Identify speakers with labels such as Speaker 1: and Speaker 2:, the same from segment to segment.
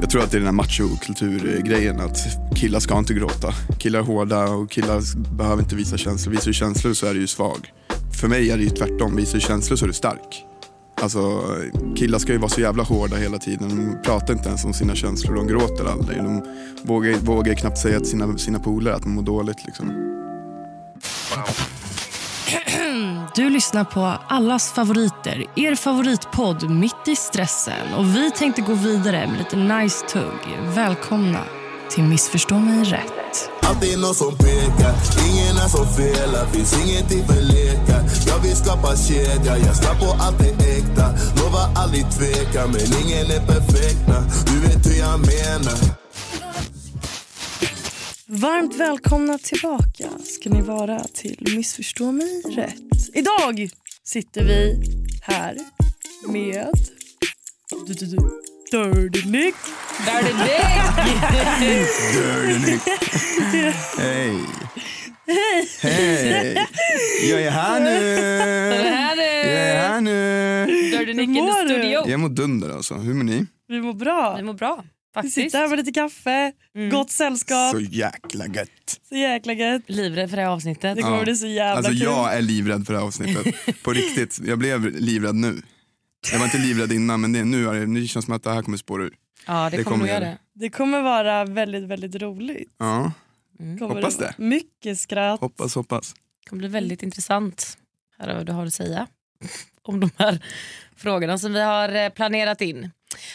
Speaker 1: Jag tror att det är den här machokulturgrejen att killar ska inte gråta. Killar är hårda och killar s- behöver inte visa känslor. Visar du känslor så är du ju svag. För mig är det ju tvärtom. Visar du känslor så är du stark. Alltså, killar ska ju vara så jävla hårda hela tiden. De pratar inte ens om sina känslor. De gråter aldrig. De vågar, vågar knappt säga till sina, sina polare att de mår dåligt. Liksom.
Speaker 2: Du lyssnar på allas favoriter, er favoritpodd Mitt i stressen. Och Vi tänkte gå vidare med lite nice tugg. Välkomna till Missförstå mig rätt.
Speaker 3: Alltid någon som pekar, ingen är som felar, finns ingenting för lekar Jag vill skapa kedja, jag ska på allt det äkta Lovar aldrig tveka, men ingen är perfekt na. Du vet hur jag menar
Speaker 4: Varmt välkomna tillbaka ska ni vara till Missförstå mig rätt. Idag sitter vi här med du, du, du, Dirty Nick.
Speaker 1: Hej! Hej! Jag är här nu! Jag är här nu!
Speaker 5: Dirty Nick
Speaker 4: Hur
Speaker 5: in
Speaker 4: mår
Speaker 5: the
Speaker 4: du?
Speaker 5: studio.
Speaker 1: Jag mår dunder alltså. Hur mår ni?
Speaker 4: Vi mår bra.
Speaker 5: Vi mår bra
Speaker 4: Vi
Speaker 5: faktiskt. Mm.
Speaker 4: sitter här med lite kaffe, gott sällskap.
Speaker 1: Så
Speaker 4: Så,
Speaker 1: jäkla gött.
Speaker 4: jäkla gött.
Speaker 5: Livrädd för det här avsnittet.
Speaker 4: Det kommer bli så jävla
Speaker 1: Alltså
Speaker 4: kul.
Speaker 1: jag är livrädd för det här avsnittet. På riktigt, jag blev livrädd nu. Jag var inte livrädd innan men det, nu, är det, nu känns det som att det här kommer spåra ur.
Speaker 5: Ja, det,
Speaker 1: det
Speaker 5: kommer
Speaker 1: kommer
Speaker 5: nog göra
Speaker 1: göra.
Speaker 5: det.
Speaker 4: Det kommer vara väldigt, väldigt roligt.
Speaker 1: Ja,
Speaker 5: Mm.
Speaker 4: Kommer
Speaker 1: Hoppas
Speaker 4: vara
Speaker 1: det.
Speaker 4: Mycket skratt.
Speaker 1: hoppas hoppas.
Speaker 5: Det kommer bli väldigt intressant. Här har vad du har att säga om de här frågorna som vi har eh, planerat in.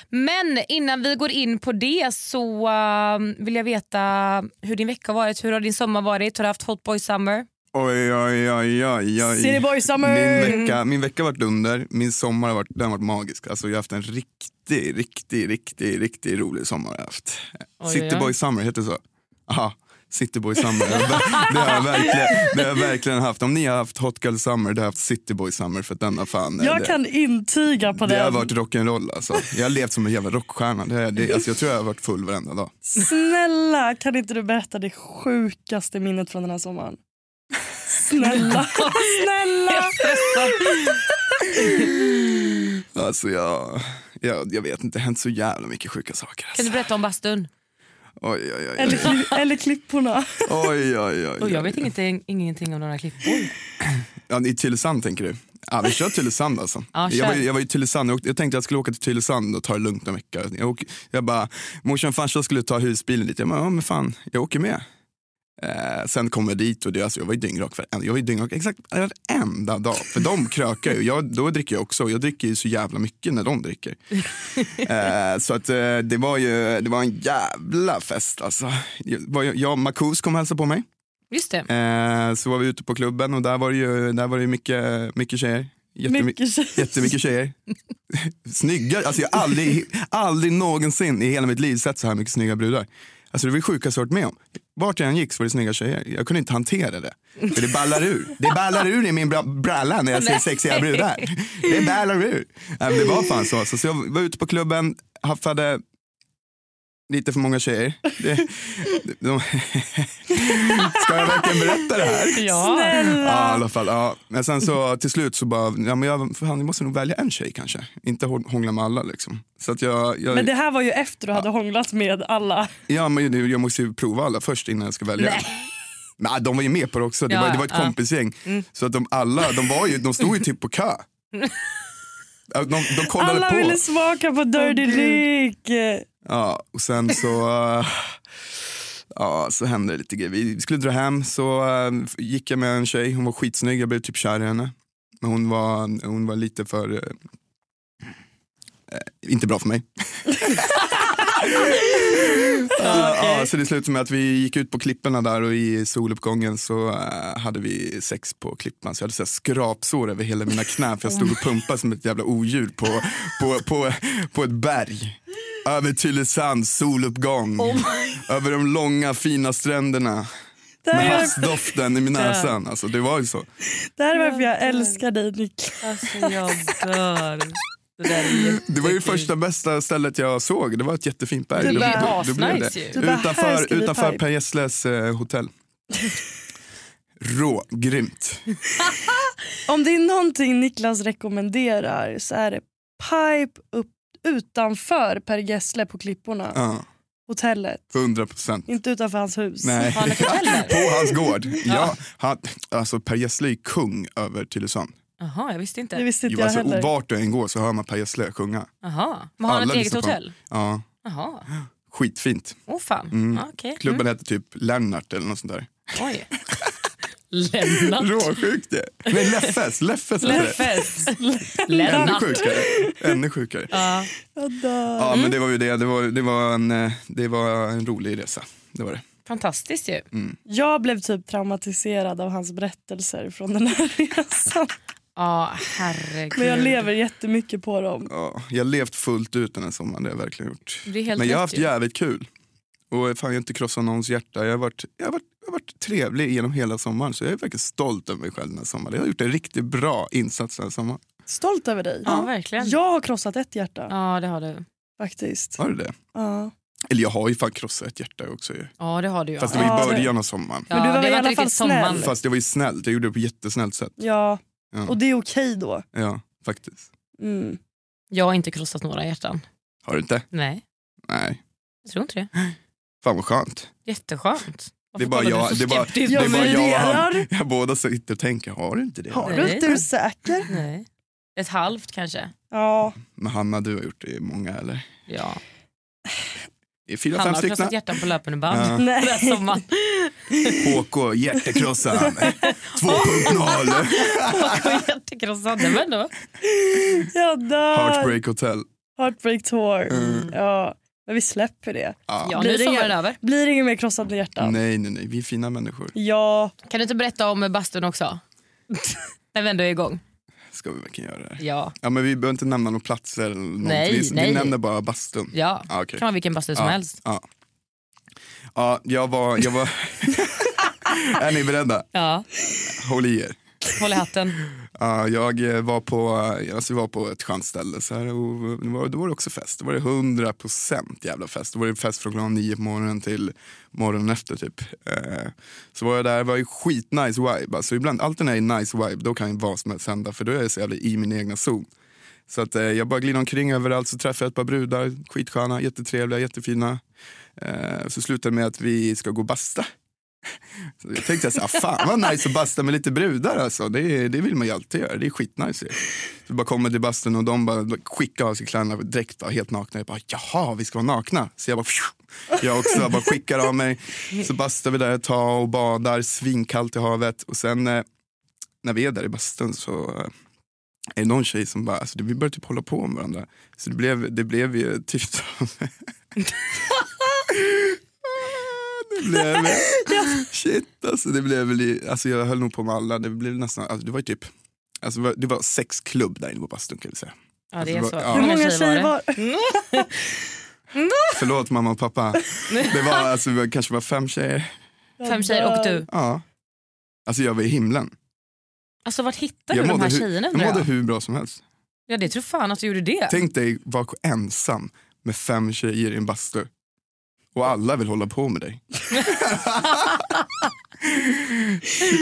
Speaker 5: Men innan vi går in på det så eh, vill jag veta hur din vecka har varit. Hur har din sommar varit? Har du haft Hot Boy Summer?
Speaker 1: Oj oj oj oj. oj.
Speaker 4: City Boy Summer!
Speaker 1: Min vecka, min vecka har varit dunder, min sommar har varit, den har varit magisk. Alltså jag har haft en riktig, riktig, riktig, riktig rolig sommar. Har jag haft.
Speaker 5: Oj, oj, oj.
Speaker 1: Cityboy Summer, heter det så? Aha. Cityboy Summer, det har, det, har jag verkligen, det har jag verkligen haft. Om ni har haft Hot Girl Summer, det har jag haft Cityboy Summer för att den har fan...
Speaker 4: Jag
Speaker 1: det,
Speaker 4: kan intyga på
Speaker 1: Det
Speaker 4: den.
Speaker 1: har varit rock'n'roll alltså. Jag har levt som en jävla rockstjärna. Det, det, alltså, jag tror jag har varit full varenda dag.
Speaker 4: Snälla, kan inte du berätta det sjukaste minnet från den här sommaren? Snälla, snälla!
Speaker 1: Alltså jag, jag, jag vet inte, det har hänt så jävla mycket sjuka saker.
Speaker 5: Kan du
Speaker 1: Alltså.
Speaker 5: berätta om bastun?
Speaker 1: Oj, oj, oj.
Speaker 4: Eller,
Speaker 1: oj.
Speaker 4: kli- eller klipporna.
Speaker 1: oj, oj, oj,
Speaker 5: Oh, jag vet ingenting, ingenting om några klippor.
Speaker 1: Ja, I Tylösand tänker du? Ja, vi kör Tylösand alltså.
Speaker 5: Ja, kör.
Speaker 1: jag, var, jag var i Tylösand, jag, åkte- jag tänkte jag skulle åka till Tylösand och ta det lugnt en vecka. Jag, åk, jag bara, morsan och farsan skulle ta husbilen dit. Jag bara, ja men fan, jag åker med. Eh, sen kom jag dit och det, alltså, jag var ju dyngrak för jag var ju dyngrak exakt varenda dag. För de krökar ju, jag, då dricker jag också. Jag dricker ju så jävla mycket när de dricker. Eh, så att eh, det var ju, det var en jävla fest alltså. Jag, var ju- jag, Marcus kom och hälsade på mig.
Speaker 5: Just det.
Speaker 1: Eh, så var vi ute på klubben och där var det ju, där var det ju mycket, mycket tjejer. Jättemy-
Speaker 4: Mycket tjejer.
Speaker 1: Jättemycket tjejer. snygga, alltså jag har aldrig, aldrig någonsin i hela mitt liv sett så här mycket snygga brudar. Alltså det var det sjukaste jag varit med om. Vart jag än gick så var det snygga tjejer. Jag kunde inte hantera det. För det ballar ur. Det ballar ur i min bra- bralla när jag ser sexiga brudar. Det ballar ur. Nej, men det var fan så. Så så jag var ute på klubben, haffade lite för många tjejer. Det, de, ska jag verkligen berätta det här?
Speaker 5: Ja.
Speaker 1: Ja, i alla fall. Ja. Men sen så till slut så bara, ja, men jag, fan, jag måste nog välja en tjej kanske. Inte hå- hångla med alla liksom. Så att jag, jag,
Speaker 4: Men det här var ju efter du hade hånglat med alla.
Speaker 1: ja, men jag- jag måste ju prova alla först innan jag ska välja. Nej. Nej, de var ju med på det också. Det,
Speaker 5: Ja,
Speaker 1: var, det var ett
Speaker 5: ja.
Speaker 1: kompisgäng. Så att de alla, de, var ju, de stod ju typ på kö. Ja, De, de kollade
Speaker 4: Alla
Speaker 1: på.
Speaker 4: ville smaka på Dirty Nick.
Speaker 1: Ja, och sen så, eh, ja, så hände det lite grejer. Vi skulle dra hem så eh, gick jag med en tjej, hon var skitsnygg, jag blev typ kär i henne. Men hon var, hon var lite för, eh, eh, inte bra för mig. Ja, ja, så det slutade med att vi gick ut på klipporna där och i soluppgången så eh, hade vi sex på klippan. Så jag hade så här skrapsår över hela mina knän för jag stod och pumpade som ett jävla odjur på, på, på, på ett berg.
Speaker 6: Oh
Speaker 1: Över Tylösand, soluppgång. över de långa fina stränderna.
Speaker 6: Det här,
Speaker 1: Med
Speaker 6: är,
Speaker 1: havsdoften i näsan. Alltså, det var ju så.
Speaker 6: det här är varför jag älskar dig Nick.
Speaker 4: Alltså jag dör. Det där är
Speaker 1: Mm. Det var ju
Speaker 4: jättekul.
Speaker 1: första bästa stället jag såg. Det var ett jättefint berg.
Speaker 4: Det
Speaker 1: Det-
Speaker 4: är
Speaker 1: det- det blev
Speaker 4: asnice
Speaker 1: det.
Speaker 4: ju.
Speaker 6: Du bara, här ska
Speaker 1: Utanför,
Speaker 6: vi
Speaker 1: utanför
Speaker 6: pipe.
Speaker 1: Per Gessles eh, hotell. Rå, grymt.
Speaker 6: Om det är någonting Niklas rekommenderar så är det pipe upp utanför Per Gessle på klipporna.
Speaker 1: Ja,
Speaker 6: Hotellet.
Speaker 1: 100 procent.
Speaker 6: Inte utanför hans hus.
Speaker 1: Nej.
Speaker 4: Har han ett hotell där?
Speaker 1: På hans gård. Ja, han, alltså per Gessle är kung över Tylösand.
Speaker 4: Jaha, jag visste
Speaker 6: Det
Speaker 4: inte.
Speaker 6: visste inte
Speaker 1: Jo,
Speaker 6: jag
Speaker 1: Alltså,
Speaker 6: heller.
Speaker 1: vart du än går så hör man Per Gessle sjunga.
Speaker 4: Jaha. Men har han
Speaker 1: Alla
Speaker 4: ett eget
Speaker 1: lyssnar på
Speaker 4: hotell?
Speaker 1: Ja,
Speaker 4: Jaha.
Speaker 1: skitfint.
Speaker 4: Åh fan.
Speaker 1: Mm.
Speaker 4: Ja, okej.
Speaker 1: Klubben hette typ Lennart eller något sånt där.
Speaker 4: Mm. Oj. Lennart.
Speaker 1: Råsjukt det. Nej, Leffes. Leffes hette det.
Speaker 4: Leffes.
Speaker 1: Ännu
Speaker 4: Lennart.
Speaker 1: sjukare. Ännu sjukare.
Speaker 4: Ja.
Speaker 6: Jag dör.
Speaker 1: Ja, men det var ju det. Det var, det var, en, eh, det var en rolig resa. Det var det. Mm.
Speaker 4: Fantastiskt ju.
Speaker 6: Jag blev typ traumatiserad av hans berättelser från den här resan.
Speaker 4: Ja, herregud.
Speaker 6: Men jag lever jättemycket på dem.
Speaker 1: Ja, jag har levt fullt ut den här sommaren, det har jag verkligen gjort.
Speaker 4: Det är helt
Speaker 1: Men jag har
Speaker 4: rätt
Speaker 1: haft
Speaker 4: ju.
Speaker 1: jävligt kul. Och fan, jag har inte krossat någons hjärta. Jag har, varit, jag, har varit, jag har varit trevlig genom hela sommaren. Så jag är verkligen stolt över mig själv den här sommaren. Jag har gjort en riktigt bra insats den här sommaren.
Speaker 6: Stolt över dig.
Speaker 4: Ja, verkligen.
Speaker 6: Jag har krossat ett hjärta
Speaker 4: Ja, det har du.
Speaker 6: faktiskt.
Speaker 1: Har du det?
Speaker 6: Ja.
Speaker 1: Eller jag har ju fan krossat ett hjärta också ju.
Speaker 4: Ja, det har du. Ja.
Speaker 1: Fast det var
Speaker 6: Ja,
Speaker 1: i
Speaker 6: det-
Speaker 1: början av sommaren.
Speaker 4: ja,
Speaker 6: Men du var
Speaker 4: det
Speaker 6: väl i
Speaker 4: inte
Speaker 6: alla
Speaker 4: riktigt
Speaker 6: fall
Speaker 4: sommaren.
Speaker 6: snäll.
Speaker 1: Fast det var ju snällt. Jag gjorde det på jättesnällt sätt.
Speaker 6: Ja.
Speaker 1: Ja.
Speaker 6: Och det är okej då.
Speaker 1: Ja, faktiskt.
Speaker 6: Mm.
Speaker 4: Jag har inte krossat några hjärtan.
Speaker 1: Har du inte?
Speaker 4: Nej,
Speaker 1: Nej.
Speaker 4: jag tror inte det.
Speaker 1: Fan vad skönt.
Speaker 4: Jätteskönt.
Speaker 1: Det är bara jag, det är bara, det
Speaker 6: Jag
Speaker 1: är bara jag och han.
Speaker 6: funderar.
Speaker 1: Jag båda sitter och tänker, har du inte det?
Speaker 6: Har
Speaker 4: Nej.
Speaker 6: du inte? Är du säker?
Speaker 4: Nej. Ett halvt kanske.
Speaker 6: Ja.
Speaker 1: Men Hanna, du har gjort det i många eller?
Speaker 4: Ja.
Speaker 1: I fyra,
Speaker 4: Han
Speaker 1: fem
Speaker 4: har
Speaker 1: stycken?
Speaker 4: krossat hjärtan på löpande band.
Speaker 6: Nej.
Speaker 4: Den här sommaren.
Speaker 1: HK, Eh, hjärtekrossaren. 2.0.
Speaker 4: Och Hjärtekrossande men då.
Speaker 6: Jag dör.
Speaker 1: Heartbreak Hotel.
Speaker 6: Heartbreak tour.
Speaker 4: Mm.
Speaker 6: Ja. Men vi släpper det.
Speaker 4: Ja, nu
Speaker 6: Blir
Speaker 4: är
Speaker 6: det
Speaker 4: sommaren
Speaker 6: inga-
Speaker 4: över.
Speaker 6: Blir det inget mer krossande hjärtan?
Speaker 1: Nej, nej, nej. Vi är fina människor.
Speaker 6: Ja.
Speaker 4: Kan du inte berätta om bastun också? När vi ändå är igång.
Speaker 1: Ska vi verkligen göra det här?
Speaker 4: Ja.
Speaker 1: Ja, men vi behöver inte nämna några platser. Eller någonting.
Speaker 4: Nej,
Speaker 1: vi,
Speaker 4: nej.
Speaker 1: vi nämner bara bastun.
Speaker 4: Ja.
Speaker 1: Ja, okej.
Speaker 4: kan vara vilken bastu som
Speaker 1: Ja.
Speaker 4: helst.
Speaker 1: Ja. ja, jag var... Jag var... är ni beredda?
Speaker 4: Ja.
Speaker 1: Håll i er.
Speaker 4: Håll i hatten.
Speaker 1: Ja, jag eh, var på, eh, alltså, jag var på ett chansställe så här, och det var, då var det också fest. Då var det 100% jävla fest. Då var det fest från klockan nio på morgonen till morgonen efter typ. Eh, så var jag där, det var ju skitnice vibe. Alltså, ibland, alltid när det är nice vibe då kan ju vad som helst hända för då är jag så jävla i min egna zon. Så att, eh, jag bara glider omkring överallt så träffar jag ett par brudar, skitsköna, jättetrevliga, jättefina. Eh, så slutar det med att vi ska gå och basta. Så jag tänkte jag så här, "Ah, fan vad nice att basta med lite brudar alltså. Det, är- det vill man ju alltid göra, det är skitnice ju. Så bara kommer till bastun och de bara skickar av sig kläderna direkt, bara, helt nakna. Jag bara, jaha vi ska vara nakna. Så jag bara, pju. jag också bara skickar av mig. Så bastar vi där ett tag och badar, svinkallt i havet. Och sen eh, när vi är där i bastun så eh, är det någon tjej som bara, alltså, vi började typ hålla på med varandra. Så det blev, det blev ju typ som... det blev... Shit alltså, det blev väl, i- alltså jag höll nog på med alla. Det blev nästan, alltså, det var ju typ, alltså, det var- det var sexklubb där inne på bastun kan vi säga.
Speaker 4: Ja, det är
Speaker 1: Alltså,
Speaker 4: så.
Speaker 1: bara- ja.
Speaker 6: Hur många tjejer var
Speaker 1: Förlåt mamma och pappa. Det var alltså, vi var, kanske var fem tjejer.
Speaker 6: Jag
Speaker 4: Mm. Fem tjejer och
Speaker 6: dör.
Speaker 4: du.
Speaker 1: Ja. Alltså jag var i himlen.
Speaker 4: Alltså vart hittar du
Speaker 1: Jag
Speaker 4: de här
Speaker 1: hu-
Speaker 4: tjejerna
Speaker 1: jag
Speaker 4: undrar
Speaker 1: mådde
Speaker 4: jag?
Speaker 1: hur bra som helst.
Speaker 4: Ja, det tror fan att du gjorde det.
Speaker 1: Tänk dig vara ensam med fem tjejer i en bastu. Och alla vill hålla på med dig.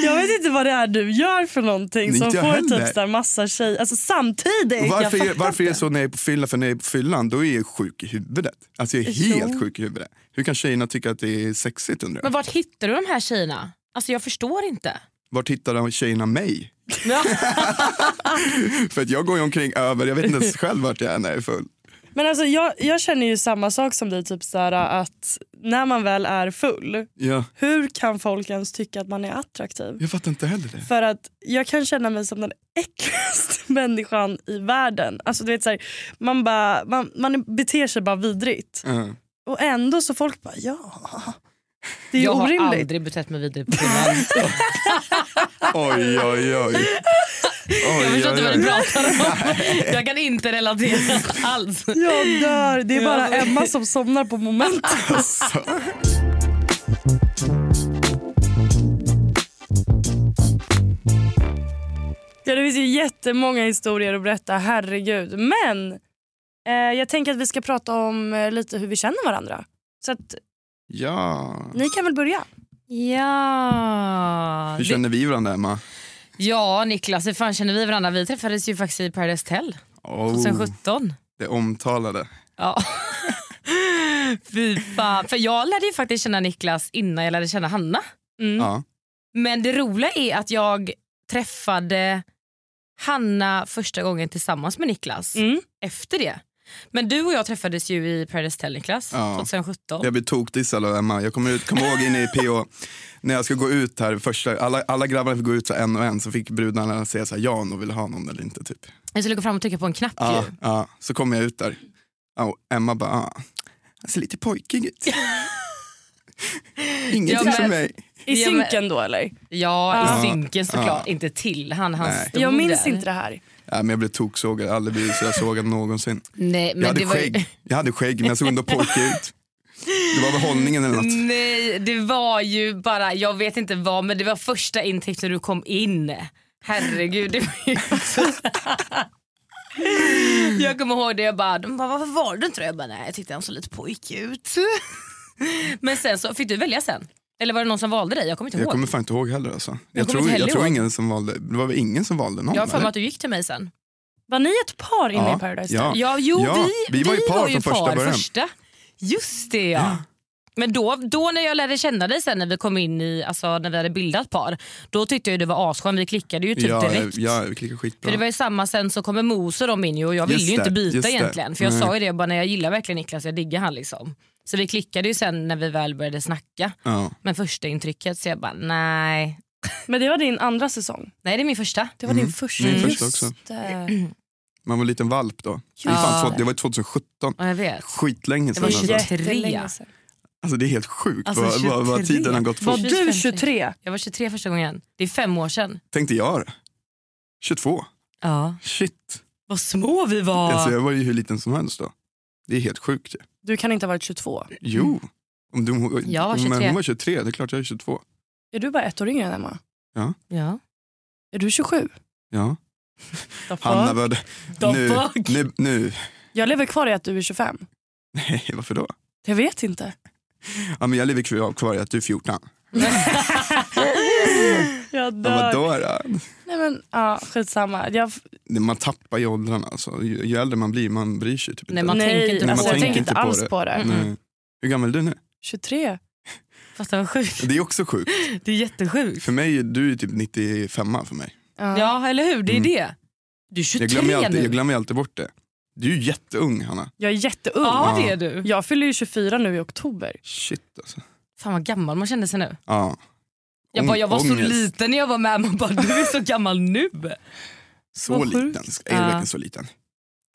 Speaker 6: Jag vet inte vad det är du gör för någonting
Speaker 1: Nej,
Speaker 6: som
Speaker 1: inte jag
Speaker 6: får
Speaker 1: heller.
Speaker 6: typ så här massa tjejer, alltså samtidigt.
Speaker 1: Och
Speaker 6: jag
Speaker 1: varför, är,
Speaker 6: fattar
Speaker 1: varför är det
Speaker 6: inte.
Speaker 1: så när jag är på fyllan? För när jag är på fyllan då är jag sjuk i huvudet. Alltså jag är helt sjuk i huvudet. Hur kan tjejerna tycka att det är sexigt undrar jag?
Speaker 4: Men vart hittar du de här tjejerna? Alltså jag förstår inte.
Speaker 1: Vart hittar de tjejerna mig?
Speaker 4: Ja.
Speaker 1: För att jag går ju omkring över, jag vet inte ens själv vart jag är när jag är full.
Speaker 6: Men alltså jag, jag känner ju samma sak som dig, typ så här, att när man väl är full,
Speaker 1: Ja,
Speaker 6: hur kan folk ens tycka att man är attraktiv?
Speaker 1: jag fattar inte heller det.
Speaker 6: För att jag kan känna mig som den äckligaste människan i världen. Alltså du vet så här, man, bara, man, man beter sig bara vidrigt.
Speaker 1: Ja.
Speaker 6: Och ändå så folk bara ja. Det är ju
Speaker 4: Jag har
Speaker 6: orimligt.
Speaker 4: aldrig betett mig vidare på filmen.
Speaker 1: Oj, oj, oj.
Speaker 4: Jag
Speaker 1: Oj,
Speaker 4: förstår inte
Speaker 1: oj,
Speaker 4: vad du
Speaker 1: oj.
Speaker 4: pratar om. Jag kan inte relatera alls.
Speaker 6: Jag dör. Det är bara
Speaker 4: Ja. alltså.
Speaker 6: Emma som somnar på moment.
Speaker 1: Alltså.
Speaker 6: Ja, det finns ju jättemånga historier att berätta, herregud. Men eh, jag tänker att vi ska prata om eh, lite hur vi känner varandra. Så att
Speaker 1: Ja.
Speaker 6: ni kan väl börja.
Speaker 4: Ja.
Speaker 1: Hur känner vi varandra Emma?
Speaker 4: ja, Niklas, hur fan känner vi varandra? Vi träffades ju faktiskt i Paradise Hotel
Speaker 1: Oh,
Speaker 4: 2017.
Speaker 1: det omtalade.
Speaker 4: Ja. Fy fan. För jag lärde ju faktiskt känna Niklas innan jag lärde känna Hanna.
Speaker 1: Ja.
Speaker 4: Men det roliga är att jag träffade Hanna första gången tillsammans med Niklas
Speaker 6: Mm.
Speaker 4: efter det. Men du och jag träffades ju i Paradise Hotel Niklas
Speaker 1: Ja.
Speaker 4: 2017.
Speaker 1: Jag blir tokdissad av Emma. Jag kommer, ut, kommer ihåg inne i PO, när jag ska gå ut här, första, alla, alla grabbarna fick gå ut så här en och en, så fick brudarna säga så här, ja om de vill ha någon eller inte. Typ.
Speaker 4: Jag skulle gå fram och trycka på en knapp
Speaker 1: Ja,
Speaker 4: ju.
Speaker 1: ja. Så kommer jag ut där, ja, och Emma bara, ah, han ser lite pojkig ut. Ingenting
Speaker 4: Ja,
Speaker 1: för
Speaker 4: men-
Speaker 1: mig.
Speaker 6: I
Speaker 4: Ja, men-
Speaker 6: synken då eller?
Speaker 4: Ja, i
Speaker 1: Ja.
Speaker 4: synken såklart. Inte till han, han
Speaker 1: Nej.
Speaker 4: stod
Speaker 6: jag minns
Speaker 4: där.
Speaker 6: inte det här.
Speaker 1: Ja, men jag blev toksågad, aldrig blivit så jag sågad någonsin.
Speaker 4: Nej, men
Speaker 1: Jag hade,
Speaker 4: det var ju-
Speaker 1: skägg. jag hade skägg, men jag såg ändå pojkig ut. Det var väl hållningen eller något.
Speaker 4: Nej, det var ju bara, jag vet inte vad, men det var första intäkten du kom in. Herregud. Det var ju jag kommer ihåg det, jag bara, de bara, varför var du inte det? Jag bara, nej jag tyckte han såg lite pojkig ut. men sen så, fick du välja sen? Eller var det någon som valde dig? Jag kommer inte
Speaker 1: Jag
Speaker 4: ihåg.
Speaker 1: kommer fan inte ihåg heller alltså. Jag,
Speaker 4: kommer
Speaker 1: tror,
Speaker 4: inte
Speaker 1: jag
Speaker 4: heller
Speaker 1: tror
Speaker 4: ihåg.
Speaker 1: ingen som valde, det var väl ingen som valde någon?
Speaker 4: jag har för mig
Speaker 1: eller?
Speaker 4: att du gick till mig sen.
Speaker 6: Var ni ett par inne
Speaker 1: Ja,
Speaker 6: i Paradise?
Speaker 1: ja.
Speaker 6: Hotel?
Speaker 4: Ja, jo,
Speaker 1: Ja,
Speaker 4: vi, vi var ju par,
Speaker 1: från första början.
Speaker 4: första. Just det ja. Men då, då när jag lärde känna dig sen när vi kom in i, alltså när vi hade bildat par, då tyckte jag det var asskönt. Vi klickade ju typ
Speaker 1: ja,
Speaker 4: direkt.
Speaker 1: Ja, vi klickar skitbra.
Speaker 4: För det var ju samma sen så kommer Mose och de in ju och jag ville
Speaker 1: Just
Speaker 4: ju inte
Speaker 1: det, just
Speaker 4: byta
Speaker 1: det.
Speaker 4: egentligen. För jag
Speaker 1: Nej.
Speaker 4: sa ju det, jag bara, nej, jag gillar verkligen Niklas, jag diggar han liksom. Så vi klickade ju sen när vi väl började snacka.
Speaker 1: ja.
Speaker 4: Men första intrycket så jag bara nej.
Speaker 6: Men det var din andra säsong.
Speaker 4: Nej det är min första.
Speaker 6: Det var din första.
Speaker 1: Mm. Min
Speaker 6: Just
Speaker 1: första också.
Speaker 6: det.
Speaker 1: Man var en liten valp då. Det,
Speaker 4: Ja.
Speaker 1: var fan, två- det var 2017.
Speaker 4: Ja, jag vet.
Speaker 1: Skitlänge
Speaker 4: Det
Speaker 1: sedan.
Speaker 4: var
Speaker 1: Alltså.
Speaker 4: 23.
Speaker 6: Jättelänge sedan.
Speaker 1: Alltså, det är helt sjukt
Speaker 4: Alltså,
Speaker 1: vad, vad, vad
Speaker 4: 23.
Speaker 1: tiden har gått
Speaker 6: Var
Speaker 1: fort.
Speaker 6: du 23?
Speaker 4: Jag var 23 första gången. Det är fem år sedan.
Speaker 1: Tänkte jag det. 22.
Speaker 4: Ja.
Speaker 1: Shit.
Speaker 4: Vad små vi var.
Speaker 1: Alltså, jag var ju hur liten som helst då. Det är helt sjukt ju.
Speaker 6: Du kan inte ha varit 22.
Speaker 1: Jo. Om du,
Speaker 4: Jag var
Speaker 1: om-
Speaker 4: 23.
Speaker 1: Men hon var 23, det är klart jag är 22.
Speaker 6: Är du bara ett år yngre än Emma?
Speaker 4: Ja.
Speaker 6: Är du 27?
Speaker 1: Ja.
Speaker 6: The
Speaker 1: Hanna
Speaker 6: fuck?
Speaker 1: var det.
Speaker 6: The
Speaker 1: Nu,
Speaker 6: fuck?
Speaker 1: nu, nu.
Speaker 6: Jag lever kvar i att du är 25.
Speaker 1: Nej, varför då?
Speaker 6: Jag vet inte.
Speaker 1: Ja, men jag lever kvar, kvar i att du är 14.
Speaker 6: Jag
Speaker 1: Ja, vadå då?
Speaker 6: Nej men ja, skitsamma. Jag,
Speaker 1: Det- Man tappar ju åldrarna. Alltså. Ju, ju äldre man blir, man bryr sig typ
Speaker 4: Nej,
Speaker 1: inte.
Speaker 4: man
Speaker 6: nej,
Speaker 4: tänker inte på
Speaker 6: alltså, jag
Speaker 4: det.
Speaker 6: tänker inte Mm. alls på det.
Speaker 1: Nej. Hur gammal är du nu?
Speaker 6: 23.
Speaker 4: Fast det var sjukt.
Speaker 1: Det är också sjukt.
Speaker 4: Det är jättesjukt.
Speaker 1: För mig, du är typ 95 för mig.
Speaker 6: Ja.
Speaker 4: Ja eller hur, det är
Speaker 1: Mm.
Speaker 4: det. Du är 23
Speaker 1: Jag glömmer, ju alltid,
Speaker 4: nu.
Speaker 1: jag glömmer ju alltid bort det. Du är ju jätteung Hanna.
Speaker 6: Jag är jätteung.
Speaker 4: Ja
Speaker 1: Ja.
Speaker 4: det är du.
Speaker 6: Jag fyller ju 24 nu i oktober.
Speaker 1: Shit alltså.
Speaker 4: Fan vad gammal man kände sig nu.
Speaker 1: Ja.
Speaker 4: Jag,
Speaker 1: Ång-
Speaker 4: bara, jag var så
Speaker 1: ångest.
Speaker 4: liten när jag var med. Man bara, du är så gammal nu.
Speaker 1: Så
Speaker 6: Vad
Speaker 1: liten.
Speaker 6: sjukt.
Speaker 1: Är du
Speaker 4: Ja.
Speaker 1: verkligen så liten?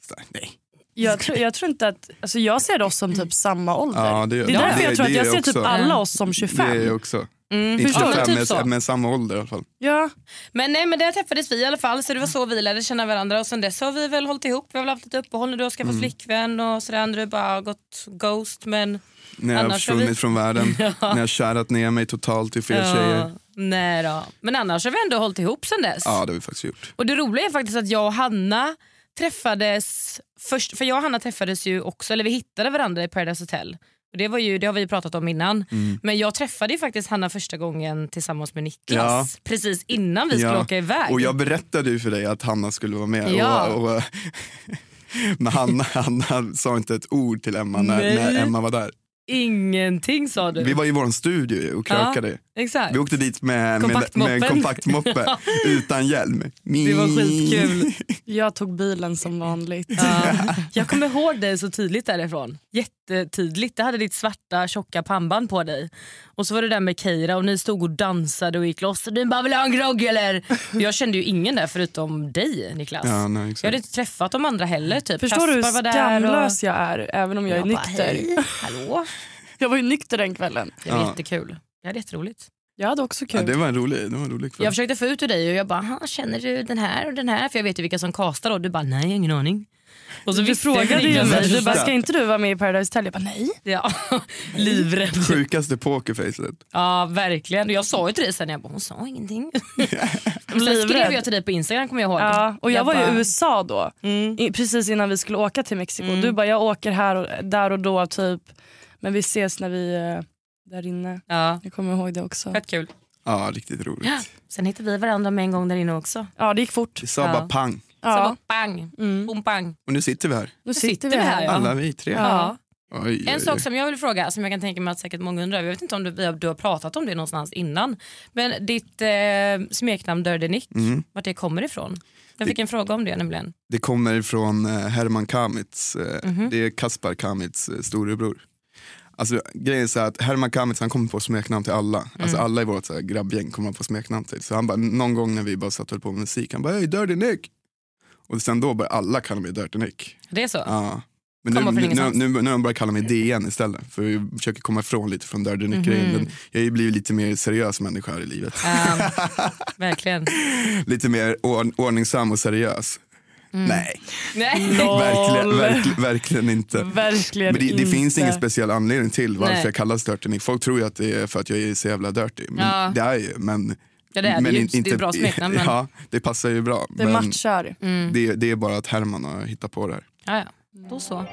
Speaker 1: Så, där, nej.
Speaker 6: Jag, tror- jag tror inte att, alltså jag ser oss som typ samma ålder.
Speaker 1: Ja, det gör
Speaker 6: det är
Speaker 1: jag.
Speaker 6: därför
Speaker 1: Det-
Speaker 6: jag tror att
Speaker 1: det
Speaker 6: jag
Speaker 1: är
Speaker 6: ser
Speaker 1: också.
Speaker 6: typ alla oss som 25.
Speaker 1: Det är jag också.
Speaker 4: Mm,
Speaker 1: Inte
Speaker 4: förstår du?
Speaker 1: 25
Speaker 4: Typ
Speaker 1: men,
Speaker 4: så.
Speaker 1: men samma ålder i alla fall.
Speaker 6: Ja,
Speaker 4: Men nej men där träffades vi i alla fall så det var så vi lärde känna varandra och sen dess har vi väl hållit ihop. Vi har väl haft lite uppehåll när du har skaffat
Speaker 1: Mm.
Speaker 4: flickvän och sådär. När du bara har gått ghost men
Speaker 1: När jag har
Speaker 4: Annars har vi-
Speaker 1: försvunnit från världen. När jag har kärat ner mig totalt till fel
Speaker 4: Ja,
Speaker 1: tjejer.
Speaker 4: nej då. Men annars har vi ändå hållit ihop sen dess.
Speaker 1: Ja, det har vi faktiskt gjort.
Speaker 4: Och det roliga är faktiskt att jag och Hanna träffades först, för jag och Hanna träffades ju också, eller vi hittade varandra i Paradise Hotel. Och det, var ju, det har vi ju pratat om innan.
Speaker 1: Mm.
Speaker 4: Men jag träffade ju faktiskt Hanna första gången tillsammans med Niklas. Precis innan vi skulle
Speaker 1: Ja.
Speaker 4: åka iväg.
Speaker 1: Och jag berättade ju för dig att Hanna skulle vara med.
Speaker 4: Ja.
Speaker 1: Och, och, men Hanna, Hanna sa inte ett ord till Emma när,
Speaker 4: Nej.
Speaker 1: när Emma var där.
Speaker 4: Ingenting sa du.
Speaker 1: Vi var i vår studio och krökade.
Speaker 4: Exakt.
Speaker 1: Vi åkte dit med, med,
Speaker 4: Kompaktmoppen.
Speaker 1: med kompaktmoppe utan hjälm.
Speaker 4: Det var skitkul.
Speaker 6: jag tog bilen som vanligt.
Speaker 4: Ja. Jag kommer ihåg dig så tydligt därifrån. Jättetydligt. Det hade ditt svarta tjocka pannband på dig. Och så var du där med Keira och ni stod och dansade och gick loss. Och du bara, vill du ha en grogg eller? Och Jag kände ju ingen där förutom dig Niklas.
Speaker 1: Ja, nej,
Speaker 4: jag hade
Speaker 1: exakt.
Speaker 4: inte träffat de andra heller. Typ.
Speaker 6: Förstår du hur
Speaker 4: Kaspar var där och...
Speaker 6: skamlös jag är även om jag, är
Speaker 4: Jag bara,
Speaker 6: nykter?
Speaker 4: hej, hallå.
Speaker 6: Jag var ju nykter den kvällen.
Speaker 4: Det var
Speaker 1: Ja.
Speaker 4: jättekul. Det hade jätteroligt.
Speaker 6: Jag hade också kul.
Speaker 1: Ja, det var en rolig, det var en rolig kväll.
Speaker 4: Jag försökte få ut ur dig och jag bara, "Aha, känner du den här och den här? För jag vet ju vilka som kastar och du bara, nej jag har ingen aning. Och så
Speaker 6: Du
Speaker 4: visste jag
Speaker 6: frågade
Speaker 4: inte
Speaker 6: ju
Speaker 4: riktigt.
Speaker 6: mig, du bara
Speaker 1: Värsta.
Speaker 6: ska inte du vara med i Paradise Hotel? Jag bara nej.
Speaker 4: Ja, livrädd.
Speaker 1: Sjukaste pokerfacet.
Speaker 4: Ja, verkligen. Och jag sa ju till dig sen, jag bara, hon sa ingenting. Men sen skrev jag till dig på Instagram kommer jag ihåg.
Speaker 6: Ja, och jag, var
Speaker 4: bara, Mm.
Speaker 6: ju i USA då, i, precis innan vi skulle åka till Mexiko. Du bara jag åker här och, där och då typ, men vi ses när vi är där inne.
Speaker 4: Ja,
Speaker 6: Jag kommer ihåg det också.
Speaker 4: fett kul.
Speaker 1: Ja, riktigt roligt.
Speaker 4: Sen hittade vi varandra med en gång där inne också.
Speaker 6: Ja det gick fort.
Speaker 1: Det sa
Speaker 4: Ja.
Speaker 1: bara pang.
Speaker 4: Så
Speaker 6: Ja, Mm.
Speaker 4: bara pang, boom pang.
Speaker 1: Och nu sitter vi här.
Speaker 6: nu
Speaker 4: sitter vi här, ja.
Speaker 1: Alla vi tre.
Speaker 4: Ja.
Speaker 1: Oj, oj,
Speaker 4: En
Speaker 1: oj.
Speaker 4: sak som jag vill fråga, som jag kan tänka mig att säkert många undrar, jag vet inte om du, vi har- du har pratat om det någonstans innan, men ditt eh, smeknamn Dirty Nick,
Speaker 1: Mm.
Speaker 4: vart det kommer ifrån? Jag fick en fråga om det nämligen.
Speaker 1: Det kommer från eh, Herman Kamitz. eh, Det är Kaspar Kamitz eh, storebror. Alltså, grejen är så här att Herman Kamitz han kommer på smeknamn till alla. Alltså, alla i vårt så här, grabbgäng kommer han på smeknamn till. Så han bara, någon gång när vi bara satt och höll på med musik, han bara “Hej, Dirty Nick!” Och sen då började alla kalla mig Dirty Nick.
Speaker 4: Det är så?
Speaker 1: Ja. Men
Speaker 4: Kommer från
Speaker 1: nu, nu,
Speaker 4: ingenstans.
Speaker 1: nu, nu har de börjat kalla mig DN istället. För jag försöker komma ifrån lite från Dirty
Speaker 4: Mhm.
Speaker 1: Nick-grejen. Men Jag har ju blivit lite mer seriös människa här i livet.
Speaker 4: Ja, verkligen.
Speaker 1: lite mer or- ordningsam och seriös.
Speaker 4: Mm.
Speaker 1: Nej,
Speaker 4: Nej.
Speaker 1: verkligen, verkligen, verkligen inte.
Speaker 6: Verkligen
Speaker 1: Men det, det
Speaker 6: inte.
Speaker 1: finns ingen speciell anledning till varför
Speaker 4: Nej.
Speaker 1: jag kallas Dirty Nick. Folk tror ju att det är för att jag är så jävla dirty. Men
Speaker 4: Ja.
Speaker 1: det är ju. Men,
Speaker 4: Ja, det är det
Speaker 1: men
Speaker 4: ju.
Speaker 1: in-
Speaker 4: Det är bra smeknamn, men-
Speaker 1: Ja, det passar ju bra.
Speaker 6: Det
Speaker 1: men
Speaker 6: matchar.
Speaker 1: det, det är bara att Herman har hittat på det här.
Speaker 4: Ja, ja. Då så.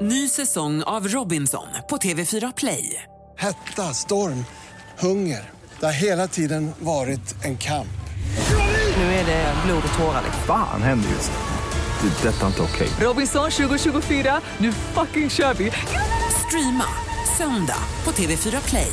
Speaker 7: Ny säsong av Robinson på TV4 Play.
Speaker 8: Hetta, storm, hunger. Det har hela tiden varit en kamp.
Speaker 7: Nu är det blod och tårar. liksom.
Speaker 9: Fan händer just det. Det är detta inte okej.
Speaker 7: Robinson 2024, nu fucking kör vi! Streama söndag på TV4 Play.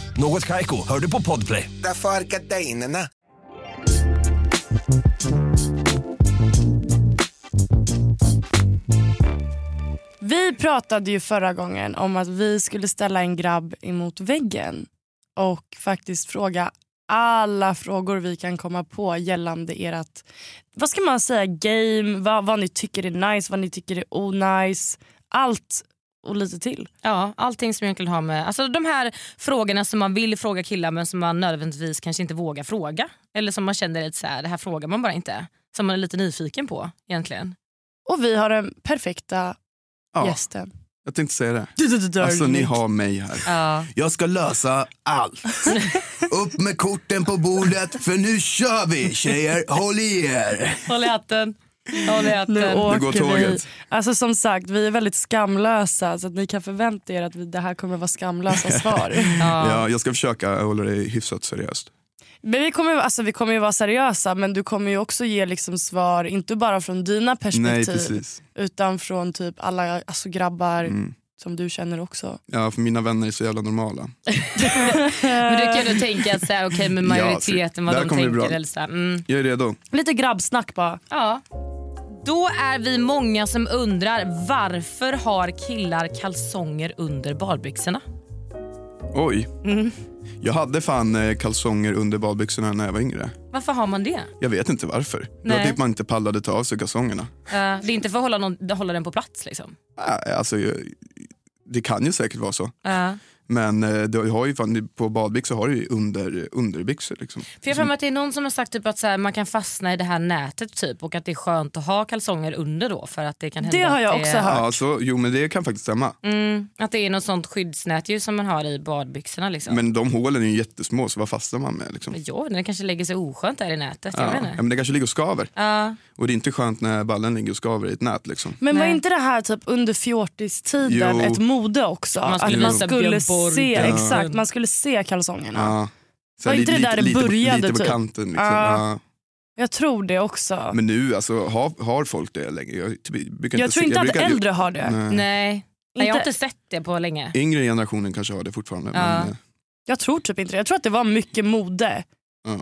Speaker 10: Något Kaiko, hör du på Podplay.
Speaker 3: Därför är gardinerna.
Speaker 6: Vi pratade ju förra gången om att vi skulle ställa en grabb emot väggen och faktiskt fråga alla frågor vi kan komma på gällande ert, vad ska man säga, game, vad, vad ni tycker är nice, vad ni tycker är onice, allt och lite till.
Speaker 4: Ja, allting som egentligen har med... Alltså de här frågorna som man vill fråga killar men som man nödvändigtvis kanske inte vågar fråga. Eller som man känner lite så här, det här frågar man bara inte. Som man är lite nyfiken på egentligen.
Speaker 6: Och vi har den perfekta
Speaker 1: Ja,
Speaker 6: gästen.
Speaker 1: Jag tänkte säga det.
Speaker 6: Du, du, du, du,
Speaker 1: Alltså ni
Speaker 6: Nick.
Speaker 1: har mig här.
Speaker 4: Ja.
Speaker 1: Jag ska lösa allt. Upp med korten på bordet för nu kör vi tjejer. Håll i er.
Speaker 4: Håll i hatten. Håll i
Speaker 6: Nu
Speaker 4: hatten.
Speaker 6: åker
Speaker 1: går
Speaker 6: vi.
Speaker 1: tåget.
Speaker 6: Alltså som sagt, vi är väldigt skamlösa så att ni kan förvänta er att vi, det här kommer vara skamlösa svar.
Speaker 1: Ja, jag ska försöka hålla det hyfsat seriöst.
Speaker 6: Men vi kommer, alltså, vi kommer ju vara seriösa men du kommer ju också ge liksom svar inte bara från dina
Speaker 1: Nej,
Speaker 6: perspektiv
Speaker 1: precis. Mm.
Speaker 6: utan från typ alla alltså, grabbar som du känner också.
Speaker 1: Ja, för mina vänner är så jävla normala.
Speaker 4: Men du kan ju ändå tänka att så här, okej med
Speaker 1: Ja, för-
Speaker 4: majoriteten vad
Speaker 1: där
Speaker 4: de
Speaker 1: kommer det
Speaker 4: tänker.
Speaker 1: bra.
Speaker 4: Eller så här, mm.
Speaker 1: Jag är redo.
Speaker 6: Lite grabbsnack bara.
Speaker 4: ja. Då är vi många som undrar varför har killar kalsonger under badbyxorna?
Speaker 1: Oj.
Speaker 4: Mm.
Speaker 1: Jag hade fan eh, kalsonger under badbyxorna när jag var yngre.
Speaker 4: Varför har man det?
Speaker 1: Jag vet inte varför. Det var
Speaker 4: Nej.
Speaker 1: typ man inte pallade ta av sig kalsongerna.
Speaker 4: Eh, det är inte för att hålla, någon, hålla den på plats liksom.
Speaker 1: Äh, Alltså, jag- det kan ju säkert vara så.
Speaker 4: Eh,
Speaker 1: Men eh, du har ju fan, på badbyxor har du ju under, underbyxor. Liksom.
Speaker 4: för jag har för mig att det är någon som har sagt typ att så här, man kan fastna i det här nätet typ och att det är skönt att ha kalsonger under då för att det kan hända
Speaker 6: Det har jag
Speaker 4: att,
Speaker 6: också
Speaker 4: det,
Speaker 6: hört.
Speaker 1: Ja, så, jo, men det kan faktiskt stämma.
Speaker 4: att det är något sånt skyddsnät ju som man har i badbyxorna liksom.
Speaker 1: Men de hålen är ju jättesmå, så vad fastnar man med? Liksom?
Speaker 4: Men jag vet inte, det kanske lägger sig oskönt där i nätet. Jag
Speaker 1: Ja.
Speaker 4: vet
Speaker 1: Ja,
Speaker 4: inte.
Speaker 1: men det kanske ligger och skaver.
Speaker 4: Ja.
Speaker 1: Och det är inte skönt när ballen ligger och skaver i ett nät. Liksom.
Speaker 6: Men var
Speaker 4: Nej.
Speaker 6: inte det här typ under fjortistiden
Speaker 1: Jo.
Speaker 6: ett mode också?
Speaker 4: Man skulle
Speaker 6: att man
Speaker 4: visa
Speaker 6: skulle
Speaker 4: Björn Borg.
Speaker 6: se,
Speaker 4: Ja.
Speaker 6: exakt, man skulle se kalsongerna.
Speaker 1: Ja. Så
Speaker 6: Var
Speaker 1: li-
Speaker 6: inte det där det
Speaker 1: på-
Speaker 6: började,
Speaker 1: Lite på
Speaker 6: typ?
Speaker 1: kanten. Liksom.
Speaker 6: Ja.
Speaker 1: Ja.
Speaker 6: Jag tror det också.
Speaker 1: Men nu, alltså, har, har folk det längre? Jag, typ, brukar
Speaker 6: Jag
Speaker 1: inte
Speaker 6: tror
Speaker 1: se-
Speaker 6: inte att
Speaker 1: brukar-
Speaker 6: äldre har det.
Speaker 1: Nej.
Speaker 4: Nej, Nej, jag har inte sett det på länge.
Speaker 1: Yngre generationen kanske har det fortfarande.
Speaker 4: Ja.
Speaker 1: Men, eh,
Speaker 6: Jag tror typ inte det. Jag tror att det var mycket mode.
Speaker 1: ja. Ja,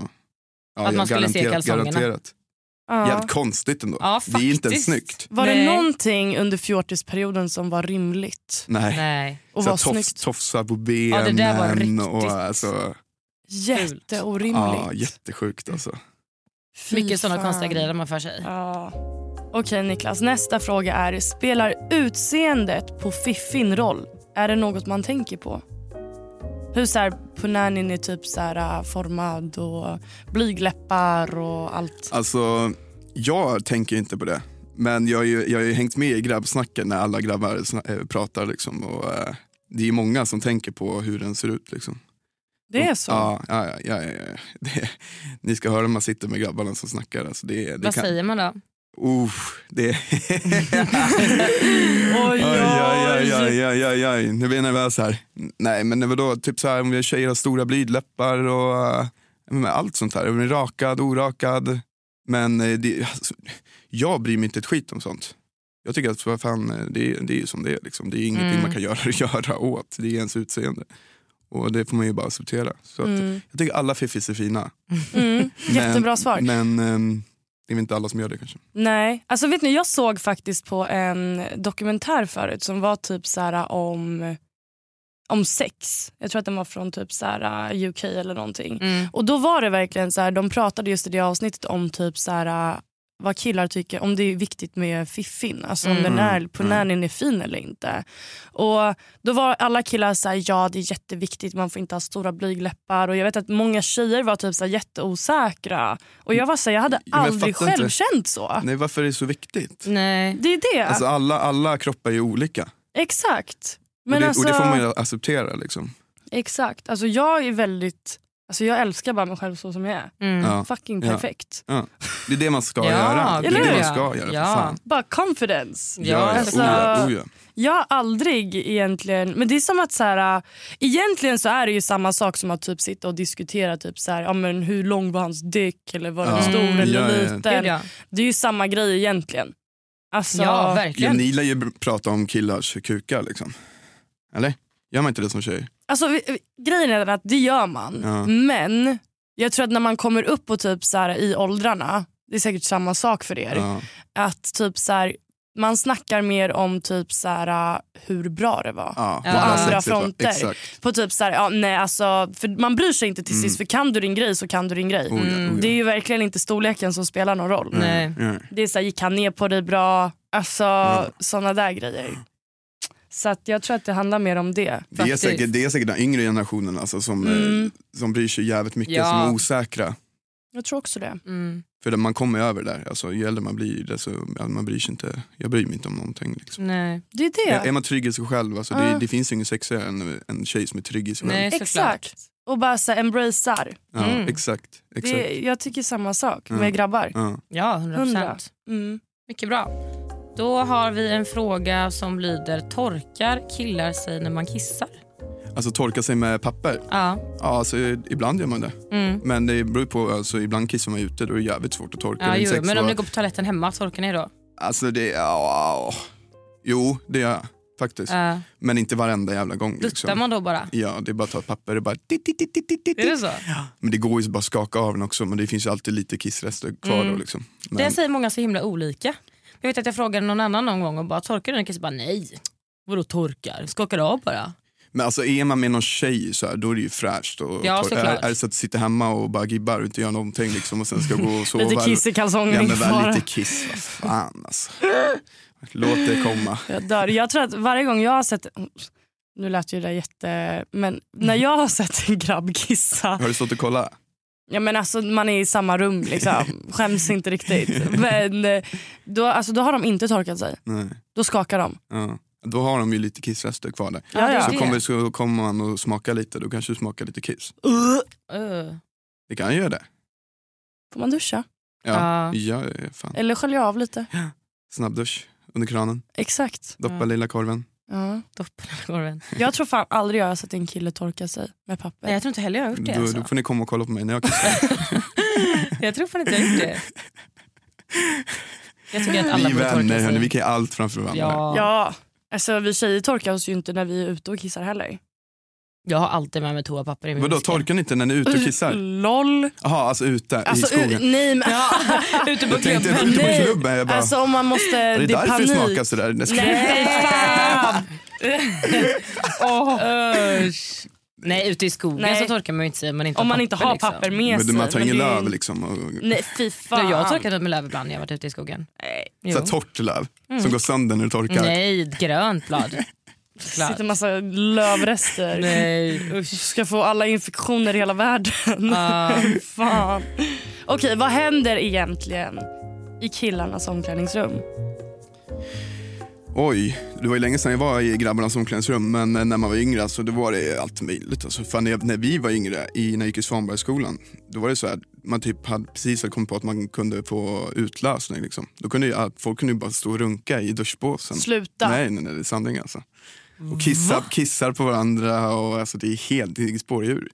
Speaker 4: Att
Speaker 1: ja,
Speaker 4: man skulle se
Speaker 1: garanterat-
Speaker 4: kalsongerna.
Speaker 1: Garanterat.
Speaker 6: Ja.
Speaker 1: Jävligt konstigt ändå.
Speaker 4: Ja,
Speaker 1: det är inte ens
Speaker 4: faktiskt.
Speaker 1: snyggt.
Speaker 6: Var
Speaker 4: Nej.
Speaker 6: det någonting under fjortisperioden som var rimligt
Speaker 1: Nej.
Speaker 4: Nej.
Speaker 6: och
Speaker 1: så
Speaker 6: var
Speaker 1: tofs-
Speaker 6: snyggt?
Speaker 1: Tofsar på benen.
Speaker 4: Ja, det där var riktigt
Speaker 1: och, alltså, ja,
Speaker 6: Jätteorimligt. Mm.
Speaker 1: jättesjukt alltså.
Speaker 6: Fy
Speaker 4: Mycket sådana
Speaker 6: fan.
Speaker 4: konstiga grejer man för sig.
Speaker 6: Ja. Okej Niklas, nästa fråga är spelar utseendet på fiffin roll? Är det något man tänker på? Hur så här, punanien är typ så här, äh, formad och blygläppar och allt.
Speaker 1: Alltså, jag tänker inte på det. Men jag har ju, jag har ju hängt med i grabbsnacken när alla grabbar sna- eh, pratar. Liksom, och, eh, det är ju många som tänker på hur den ser ut. Liksom.
Speaker 6: Det är så?
Speaker 1: Ja, ja, ja, ja, ja, ja. Det, ni ska höra när man sitter med grabbarna som snackar. Alltså, det, det
Speaker 4: Vad
Speaker 1: kan,
Speaker 4: säger man då?
Speaker 1: Uff, det... Aj,
Speaker 6: Oj,
Speaker 1: aj, aj,
Speaker 6: oj.
Speaker 1: aj, aj, aj, aj. Nu blir jag nervös här. Nej, men det var då typ så här om vi har tjejer har stora blygdläppar och eh, men allt sånt här. Om vi är rakad, orakad. Men eh, det, alltså, jag bryr mig inte ett skit om sånt. Jag tycker att vad fan, eh, det, det är ju som det är. Liksom. Det är ingenting
Speaker 4: Mm.
Speaker 1: man kan göra, göra åt. Det är ens utseende. Och det får man ju bara acceptera. Så att,
Speaker 6: Mm.
Speaker 1: Jag tycker alla fiffis är fina.
Speaker 6: Mm. Jättebra
Speaker 1: men,
Speaker 6: svar.
Speaker 1: Men ehm, det är väl inte alla som gör det kanske.
Speaker 6: Nej, alltså vet ni jag såg faktiskt på en dokumentär förut som var typ så här om, om sex. Jag tror att den var från typ så här UK eller någonting.
Speaker 4: Mm.
Speaker 6: Och då var det verkligen så här, de pratade just i det avsnittet om typ så här äh, vad killar tycker, om det är viktigt med fiffin, alltså om
Speaker 4: Mm.
Speaker 6: den är, punanien är fin eller inte. Och då var alla killar så här, ja det är jätteviktigt, man får inte ha stora blygläppar och jag vet att många tjejer var typ så här jätteosäkra och jag var så här, jag hade
Speaker 1: Ja, men jag
Speaker 6: aldrig
Speaker 1: fattar inte.
Speaker 6: själv känt så.
Speaker 1: Nej, varför är det så viktigt?
Speaker 4: Nej.
Speaker 6: Det är det,
Speaker 1: Alltså alla, alla kroppar är ju olika.
Speaker 6: exakt.
Speaker 1: och,
Speaker 6: Men
Speaker 1: det,
Speaker 6: alltså,
Speaker 1: och det får man ju acceptera. Liksom.
Speaker 6: exakt, alltså jag är väldigt, alltså jag älskar bara mig själv så som jag är.
Speaker 4: Mm.
Speaker 1: Ja.
Speaker 6: Fucking
Speaker 1: Ja.
Speaker 6: perfekt.
Speaker 1: Ja. Det är det man ska
Speaker 4: Ja,
Speaker 1: göra. Det
Speaker 6: eller
Speaker 1: är det
Speaker 6: hur?
Speaker 1: man ska göra.
Speaker 4: Ja.
Speaker 1: För fan.
Speaker 6: Bara confidence.
Speaker 4: Ja,
Speaker 1: ja,
Speaker 6: alltså-
Speaker 1: oh ja, oh ja.
Speaker 6: Jag har aldrig egentligen... Men det är som att så här, äh, Egentligen så är det ju samma sak som att typ sitta och diskutera typ så här, ja, men hur lång var hans dick eller var den
Speaker 1: Ja.
Speaker 6: stor
Speaker 4: Mm.
Speaker 6: eller
Speaker 1: Ja, ja, ja.
Speaker 6: liten.
Speaker 4: Gud, ja.
Speaker 6: Det är ju samma grej egentligen. Alltså,
Speaker 4: ja,
Speaker 1: Ja,
Speaker 4: verkligen.
Speaker 1: Ni lär ju br- prata om killars kukar. Liksom. Eller? Gör man inte det som tjej?
Speaker 6: alltså, vi- vi- grejen är att det gör man.
Speaker 1: Ja.
Speaker 6: Men jag tror att när man kommer upp på typ så här, i åldrarna, det är säkert samma sak för er,
Speaker 1: Ja.
Speaker 6: att typ så här, man snackar mer om typ så här, äh, hur bra det var.
Speaker 1: Ja.
Speaker 4: På
Speaker 1: Bara
Speaker 4: andra
Speaker 1: sexigt, va?
Speaker 6: fronter.
Speaker 1: Exakt.
Speaker 6: På typ så här, ja, nej alltså, för man bryr sig inte till sist för kan du din grej så kan du din grej.
Speaker 1: Mm. Oh, ja, oh, ja.
Speaker 6: Det är ju verkligen inte storleken som spelar någon roll.
Speaker 4: Nej.
Speaker 1: Ja.
Speaker 6: Det är så här, gick han ner på dig bra? Alltså sådana där grejer. Så att jag tror att det handlar mer om det.
Speaker 1: Det, är
Speaker 4: Faktiskt.
Speaker 1: säkert, det är säkert den yngre generationen alltså, som, eh,
Speaker 6: Mm.
Speaker 1: som bryr sig jävligt mycket,
Speaker 4: Ja.
Speaker 1: som är osäkra.
Speaker 6: Jag tror också det.
Speaker 4: Mm.
Speaker 1: För man kommer över där. Alltså, ju äldre man blir, desto, man bryr sig inte, jag bryr mig inte om någonting. Liksom.
Speaker 4: Nej.
Speaker 6: Det är det.
Speaker 1: Är- Är man trygg i sig själv, alltså, det,
Speaker 6: Ja.
Speaker 1: det finns ju inget sexigare än en tjej som är trygg i sig själv.
Speaker 4: Nej, såklart.
Speaker 6: Exakt. Och bara så här, embracear.
Speaker 1: Ja,
Speaker 4: Mm.
Speaker 1: Exakt. exakt. Mm.
Speaker 6: Det, jag tycker samma sak
Speaker 1: Ja.
Speaker 6: med grabbar.
Speaker 1: Ja.
Speaker 4: Ja, 100%.
Speaker 6: Hundra. Mm.
Speaker 4: Mycket bra. Då har vi en fråga som lyder, torkar killar sig när man kissar?
Speaker 1: Alltså torka sig med papper,
Speaker 4: Ja.
Speaker 1: ja, alltså, ibland gör man det.
Speaker 4: Mm.
Speaker 1: Men det beror ju på, alltså, ibland kissar man ute, då är det jävligt svårt att torka.
Speaker 4: Ja,
Speaker 1: Det är
Speaker 4: jo,
Speaker 1: sex
Speaker 4: men om
Speaker 1: och-
Speaker 4: ni går på toaletten hemma, torkar ni då? Eh,
Speaker 1: Alltså det, ja, jo det gör jag faktiskt.
Speaker 4: Uh,
Speaker 1: Men inte varenda jävla gång.
Speaker 4: duttar
Speaker 1: Liksom.
Speaker 4: man då bara?
Speaker 1: Ja, det är bara att ta ett papper och bara... Tit, tit, tit, tit, tit, tit.
Speaker 4: Är det så?
Speaker 1: Men det går ju bara att skaka av den också, men det finns ju alltid lite kissrester kvar då. Liksom. Men,
Speaker 4: Mm. Det säger många så himla olika. Jag vet att jag frågade någon annan någon gång och bara torkar du den? Och bara nej. Vadå torkar? Skakar du av bara?
Speaker 1: Men alltså är man med någon tjej så här, då är det ju fräscht. Och
Speaker 4: Ja,
Speaker 1: tor-
Speaker 4: såklart.
Speaker 1: är, är det så att sitta hemma och bara gibbar och inte göra någonting liksom, och sen ska gå och sova.
Speaker 6: Lite kiss i kalsongen
Speaker 1: Ja men
Speaker 6: inte bara.
Speaker 1: väl lite kiss, vad fan alltså. Låt det komma.
Speaker 6: Jag dör. Jag tror att varje gång jag har sett... Nu lät ju det där jätte... Men när jag har sett en grabb kissa
Speaker 1: Har du stått och kollat?
Speaker 6: Ja, men alltså, man är i samma rum, liksom. skäms inte riktigt. Men eh, då, alltså, då har de inte torkat sig.
Speaker 1: Nej.
Speaker 6: Då skakar de.
Speaker 1: Ja. Då har de ju lite kissrester kvar där.
Speaker 6: Ja, ja.
Speaker 1: Så kommer, så kommer man och smakar lite, då kanske du smakar lite kiss.
Speaker 4: Uh.
Speaker 1: Det kan ju göra det.
Speaker 6: Får man duscha?
Speaker 1: Ja, ja ja, fan.
Speaker 6: Eller skölja av lite?
Speaker 1: Snabbdusch under kranen,
Speaker 6: Exakt.
Speaker 1: doppa
Speaker 4: Ja.
Speaker 1: lilla korven.
Speaker 6: Ja.
Speaker 4: Korven.
Speaker 6: Jag tror fan aldrig jag har sett en kille torka sig med papper.
Speaker 4: Nej, jag tror inte heller jag har gjort det.
Speaker 1: Då,
Speaker 4: Alltså.
Speaker 1: då får ni komma och kolla på mig när jag kissar.
Speaker 4: Jag tror fan inte jag har gjort det. Jag tycker att alla
Speaker 1: vi är
Speaker 4: borde torka
Speaker 1: vänner
Speaker 4: sig.
Speaker 1: hörni, vi kan ju allt framför varandra.
Speaker 4: ja.
Speaker 6: Ja, Alltså vi tjejer torkar oss ju inte när vi är ute och kissar heller.
Speaker 4: Jag har alltid med mig toapapper i min
Speaker 1: Vadå,
Speaker 4: väska.
Speaker 1: torkar ni inte när ni är ute och kissar?
Speaker 6: LOL.
Speaker 1: Jaha, alltså ute
Speaker 6: mm. Alltså,
Speaker 1: i skogen.
Speaker 6: u- nej men...
Speaker 4: Ute på
Speaker 1: Jag tänkte ute på
Speaker 6: Nej.
Speaker 1: klubben. Jag bara,
Speaker 6: Alltså om man måste...
Speaker 1: det är
Speaker 6: det är
Speaker 1: därför det
Speaker 6: panik.
Speaker 1: smakar sådär. Nej, jag skojar.
Speaker 6: Nej, fan.
Speaker 4: Usch. Nej, ute i skogen
Speaker 6: Nej.
Speaker 4: så torkar man ju inte sig. om Man inte
Speaker 6: Om
Speaker 4: har
Speaker 6: man inte har papper
Speaker 4: Liksom.
Speaker 6: med sig.
Speaker 1: Men man tar
Speaker 6: alltså, men
Speaker 1: ingen
Speaker 6: det är-
Speaker 1: löv liksom. Och,
Speaker 6: Nej fy
Speaker 4: Du,
Speaker 6: fan.
Speaker 4: Alltså,
Speaker 6: Eh,
Speaker 4: jag har torkat upp med löv ibland när jag har varit ute i skogen. Jo.
Speaker 1: så här torrt löv
Speaker 6: Mm.
Speaker 1: som går sönder när du torkar.
Speaker 4: Nej, grönt blad.
Speaker 6: Det
Speaker 4: Såklart.
Speaker 6: sitter massa lövrester.
Speaker 4: Nej, usch.
Speaker 6: Ska få alla infektioner i hela världen.
Speaker 4: Ah.
Speaker 6: Fan. Okej, vad händer egentligen i killarnas omklädningsrum?
Speaker 1: Oj, det var ju länge sedan jag var i grabbarnas omklädningsrum men eh, när man var yngre så då var det allt möjligt. Alltså, fan, när jag- när vi var yngre, i, när jag gick i Svanbergsskolan, då var det så här, man typ hade precis hade kommit på att man kunde få utlösning. Liksom. Då kunde ju, all- folk kunde ju bara stå och runka i duschbåsen.
Speaker 6: Sluta.
Speaker 1: Nej, nej, nej, det är sanning alltså. Och kissa, kissar på varandra och alltså, det är helt det är spårdjur.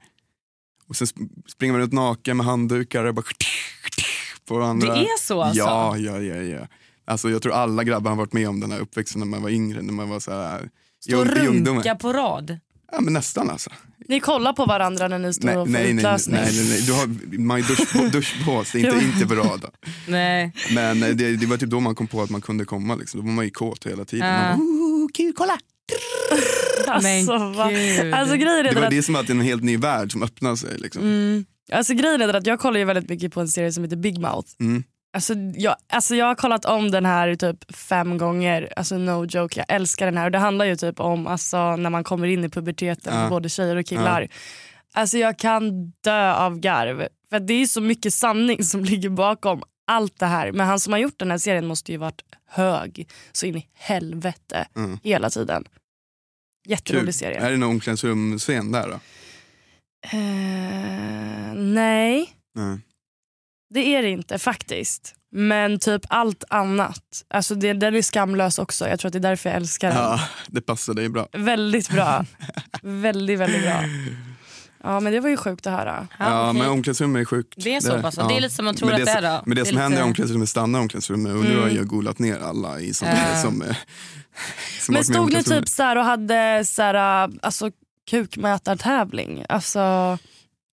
Speaker 1: Och sen sp- springer man runt naken med handdukar och bara på varandra.
Speaker 4: Det är så alltså?
Speaker 1: Ja, ja, ja, ja. Alltså, jag tror alla grabbar har varit med om den här uppväxten när man var yngre. När man var så här, i
Speaker 4: Stå och
Speaker 1: ung- i ungdomen.
Speaker 4: runka på rad.
Speaker 1: Ja, men nästan alltså.
Speaker 6: Ni kollar på varandra när ni står
Speaker 1: Nej,
Speaker 6: och får
Speaker 1: nej, nej, nej,
Speaker 6: utlösning.
Speaker 1: nej, nej. Du har, man har ju dusch, duschbås, inte, inte på rad.
Speaker 4: Nej.
Speaker 1: Men eh, det, det var typ då man kom på att man kunde komma. Liksom. Då var man ju kåt hela tiden. Man bara,
Speaker 4: Ah.
Speaker 1: "Ooh, kul, kolla!
Speaker 6: Alltså,
Speaker 4: Men
Speaker 6: va?
Speaker 4: gud.
Speaker 6: alltså, grejen är
Speaker 1: Det
Speaker 6: den
Speaker 1: var
Speaker 6: att,
Speaker 1: det som att en helt ny värld som öppnade sig. Liksom.
Speaker 6: alltså grejen är den att jag kollar ju väldigt mycket på en serie som heter Big Mouth.
Speaker 1: Mm.
Speaker 6: Alltså, jag, alltså jag har kollat om den här typ fem gånger, alltså no joke, jag älskar den här. Och det handlar ju typ om alltså, när man kommer in i puberteten
Speaker 1: Ja.
Speaker 6: för både tjejer och killar. Alltså jag kan dö av garv. För att det är så mycket sanning som ligger bakom allt det här. Men han som har gjort den här serien måste ju varit hög så in i helvete
Speaker 1: Mm.
Speaker 6: hela tiden.
Speaker 1: Kul.
Speaker 6: Jätterolig serie.
Speaker 1: Är det någon omklädningsrumscen där då?
Speaker 6: Eh, nej.
Speaker 1: Nej.
Speaker 6: Det är det inte faktiskt. Men typ allt annat. Alltså det, den är skamlös också. Jag tror att det är därför jag älskar den.
Speaker 1: Ja, det passar dig bra.
Speaker 6: Väldigt bra. väldigt, väldigt bra. Ja men det var ju sjukt att höra.
Speaker 1: Ja,
Speaker 4: okej.
Speaker 1: men omklädningsrum är sjukt.
Speaker 4: Det är så pass, det är lite som man tror
Speaker 1: men
Speaker 4: att
Speaker 1: det
Speaker 4: det är, då.
Speaker 1: Men det,
Speaker 4: Det är
Speaker 1: som händer i
Speaker 4: lite-
Speaker 1: omklädningsrummet stannar i omklädningsrummet och nu har
Speaker 6: Mm.
Speaker 1: jag golat ner alla i sånt
Speaker 4: Ja.
Speaker 1: här som, eh, som
Speaker 6: Men
Speaker 1: varit med i
Speaker 6: stod ni
Speaker 1: omklädningsrummet.
Speaker 6: typ så här och hade så här, alltså, kukmätartävling? Alltså, ha,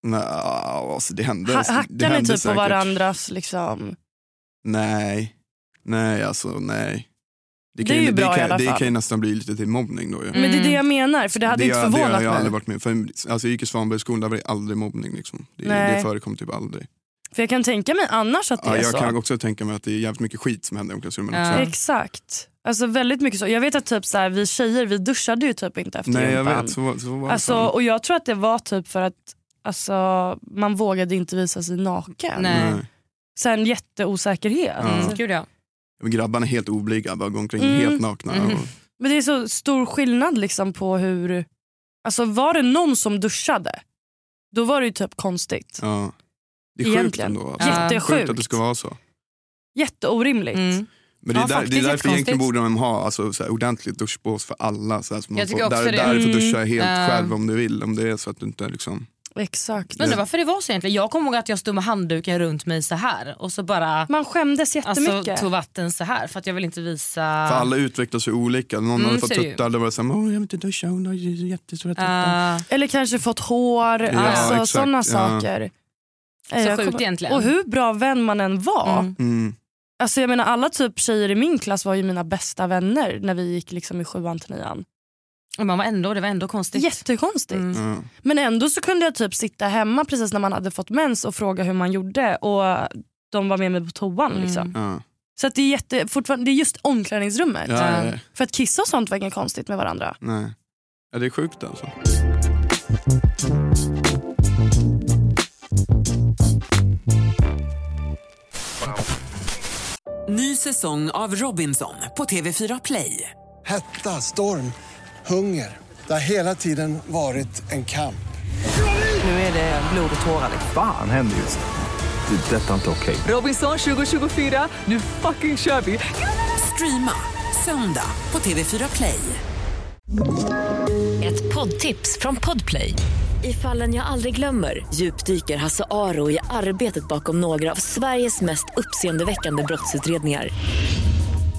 Speaker 1: Nej, alltså det hände. det
Speaker 6: hackade ni
Speaker 1: hände
Speaker 6: typ
Speaker 1: säkert.
Speaker 6: på varandras liksom?
Speaker 1: Nej, nej alltså nej.
Speaker 6: Det är ju bra
Speaker 1: det kan,
Speaker 6: i alla
Speaker 1: det
Speaker 6: fall.
Speaker 1: kan ju nästan bli lite till mobbning då ju.
Speaker 6: Men det är det jag menar för det hade inte
Speaker 1: har- det har
Speaker 6: förvånat
Speaker 1: jag
Speaker 6: mig.
Speaker 1: aldrig varit med om. Alltså, jag gick i Svanbergsskolan, där var det aldrig mobbning. Liksom. Det,
Speaker 6: Nej.
Speaker 1: det förekom typ aldrig.
Speaker 6: För jag kan tänka mig annars att det
Speaker 1: Ja,
Speaker 6: är
Speaker 1: jag
Speaker 6: så.
Speaker 1: kan också tänka mig att det är jävligt mycket skit som händer i omklädningsrummen
Speaker 4: Ja.
Speaker 1: också.
Speaker 6: Exakt. Alltså väldigt mycket så. Jag vet att typ så här, vi tjejer vi duschade ju typ inte efter
Speaker 1: Nej jag
Speaker 6: gympan.
Speaker 1: vet, så, var- så var det
Speaker 6: Alltså,
Speaker 1: fan.
Speaker 6: och jag tror att det var typ för att alltså, man vågade inte visa sig naken.
Speaker 4: Nej.
Speaker 1: Nej.
Speaker 6: Sen jätteosäkerhet.
Speaker 4: Mm. Gud ja.
Speaker 1: Men Grabbarna är helt oblyga, bara går omkring
Speaker 6: Mm.
Speaker 1: helt nakna.
Speaker 4: Mm.
Speaker 1: Och,
Speaker 6: Men det är så stor skillnad liksom på hur... Alltså var det någon som duschade, då var det ju typ konstigt.
Speaker 1: ja. Det är sjukt
Speaker 6: Egentligen.
Speaker 1: ändå. alltså.
Speaker 6: Jättesjukt.
Speaker 1: Sjukt att det ska vara så.
Speaker 6: Jätteorimligt.
Speaker 4: Mm.
Speaker 1: Men det är,
Speaker 4: Ja,
Speaker 1: där, det är
Speaker 4: faktiskt
Speaker 1: därför egentligen
Speaker 4: jättekonstigt.
Speaker 1: borde de ha alltså, så här, ordentligt duschbås för alla. Så här, så man
Speaker 4: Jag tycker
Speaker 1: får,
Speaker 4: också
Speaker 1: där,
Speaker 4: det.
Speaker 1: där du får duscha helt
Speaker 4: Mm. Ja.
Speaker 1: själv om du vill. Om det är så att du inte liksom...
Speaker 6: Exakt.
Speaker 4: Undrar varför det var så egentligen. Jag kommer ihåg att jag stod med handduken runt mig så här och så bara
Speaker 6: Man skämdes
Speaker 4: alltså,
Speaker 6: jättemycket.
Speaker 4: tog vatten så här för att jag vill inte visa.
Speaker 1: För alla utvecklas ju olika. Någon
Speaker 4: Mm,
Speaker 1: hade fått
Speaker 4: så är det ju.
Speaker 1: tuttar, då var det såhär, Åh, jag vill inte duscha, hon har ju jättestora tuttar.
Speaker 4: Ah,
Speaker 6: Eller kanske fått hår,
Speaker 1: Ja,
Speaker 6: alltså
Speaker 1: exakt,
Speaker 6: sådana
Speaker 1: ja.
Speaker 6: saker. Nej, jag
Speaker 4: sjukt egentligen.
Speaker 6: Och hur bra vän man än var.
Speaker 4: Mm.
Speaker 1: Mm.
Speaker 6: Alltså jag menar alla typ tjejer i min klass var ju mina bästa vänner när vi gick liksom i sjuan till nian.
Speaker 4: och man var ändå, det var ändå konstigt.
Speaker 6: Jättekonstigt.
Speaker 4: Mm.
Speaker 1: Ja.
Speaker 6: Men ändå så kunde jag typ sitta hemma precis när man hade fått mens och fråga hur man gjorde och de var med mig på toan. Liksom.
Speaker 1: Ja.
Speaker 6: Så att det, är jätte, fortfarande, det är just omklädningsrummet.
Speaker 1: Ja, ja, ja.
Speaker 6: För att kissa och sånt var inget konstigt med varandra.
Speaker 1: Nej. Ja, det är sjukt alltså.
Speaker 7: Ny säsong av Robinson på TV4 Play.
Speaker 8: Hetta, storm, hunger. Det har hela tiden varit en kamp.
Speaker 7: Nu är det blod och tårar.
Speaker 9: Fan händer just det. Det är detta inte okej.
Speaker 7: Robinson 2024, nu fucking kör vi! Streama söndag på TV4 Play.
Speaker 11: Ett poddtips från Podplay. I fallen jag aldrig glömmer djupdyker Hasse Aro i arbetet bakom några av Sveriges mest uppseendeväckande brottsutredningar.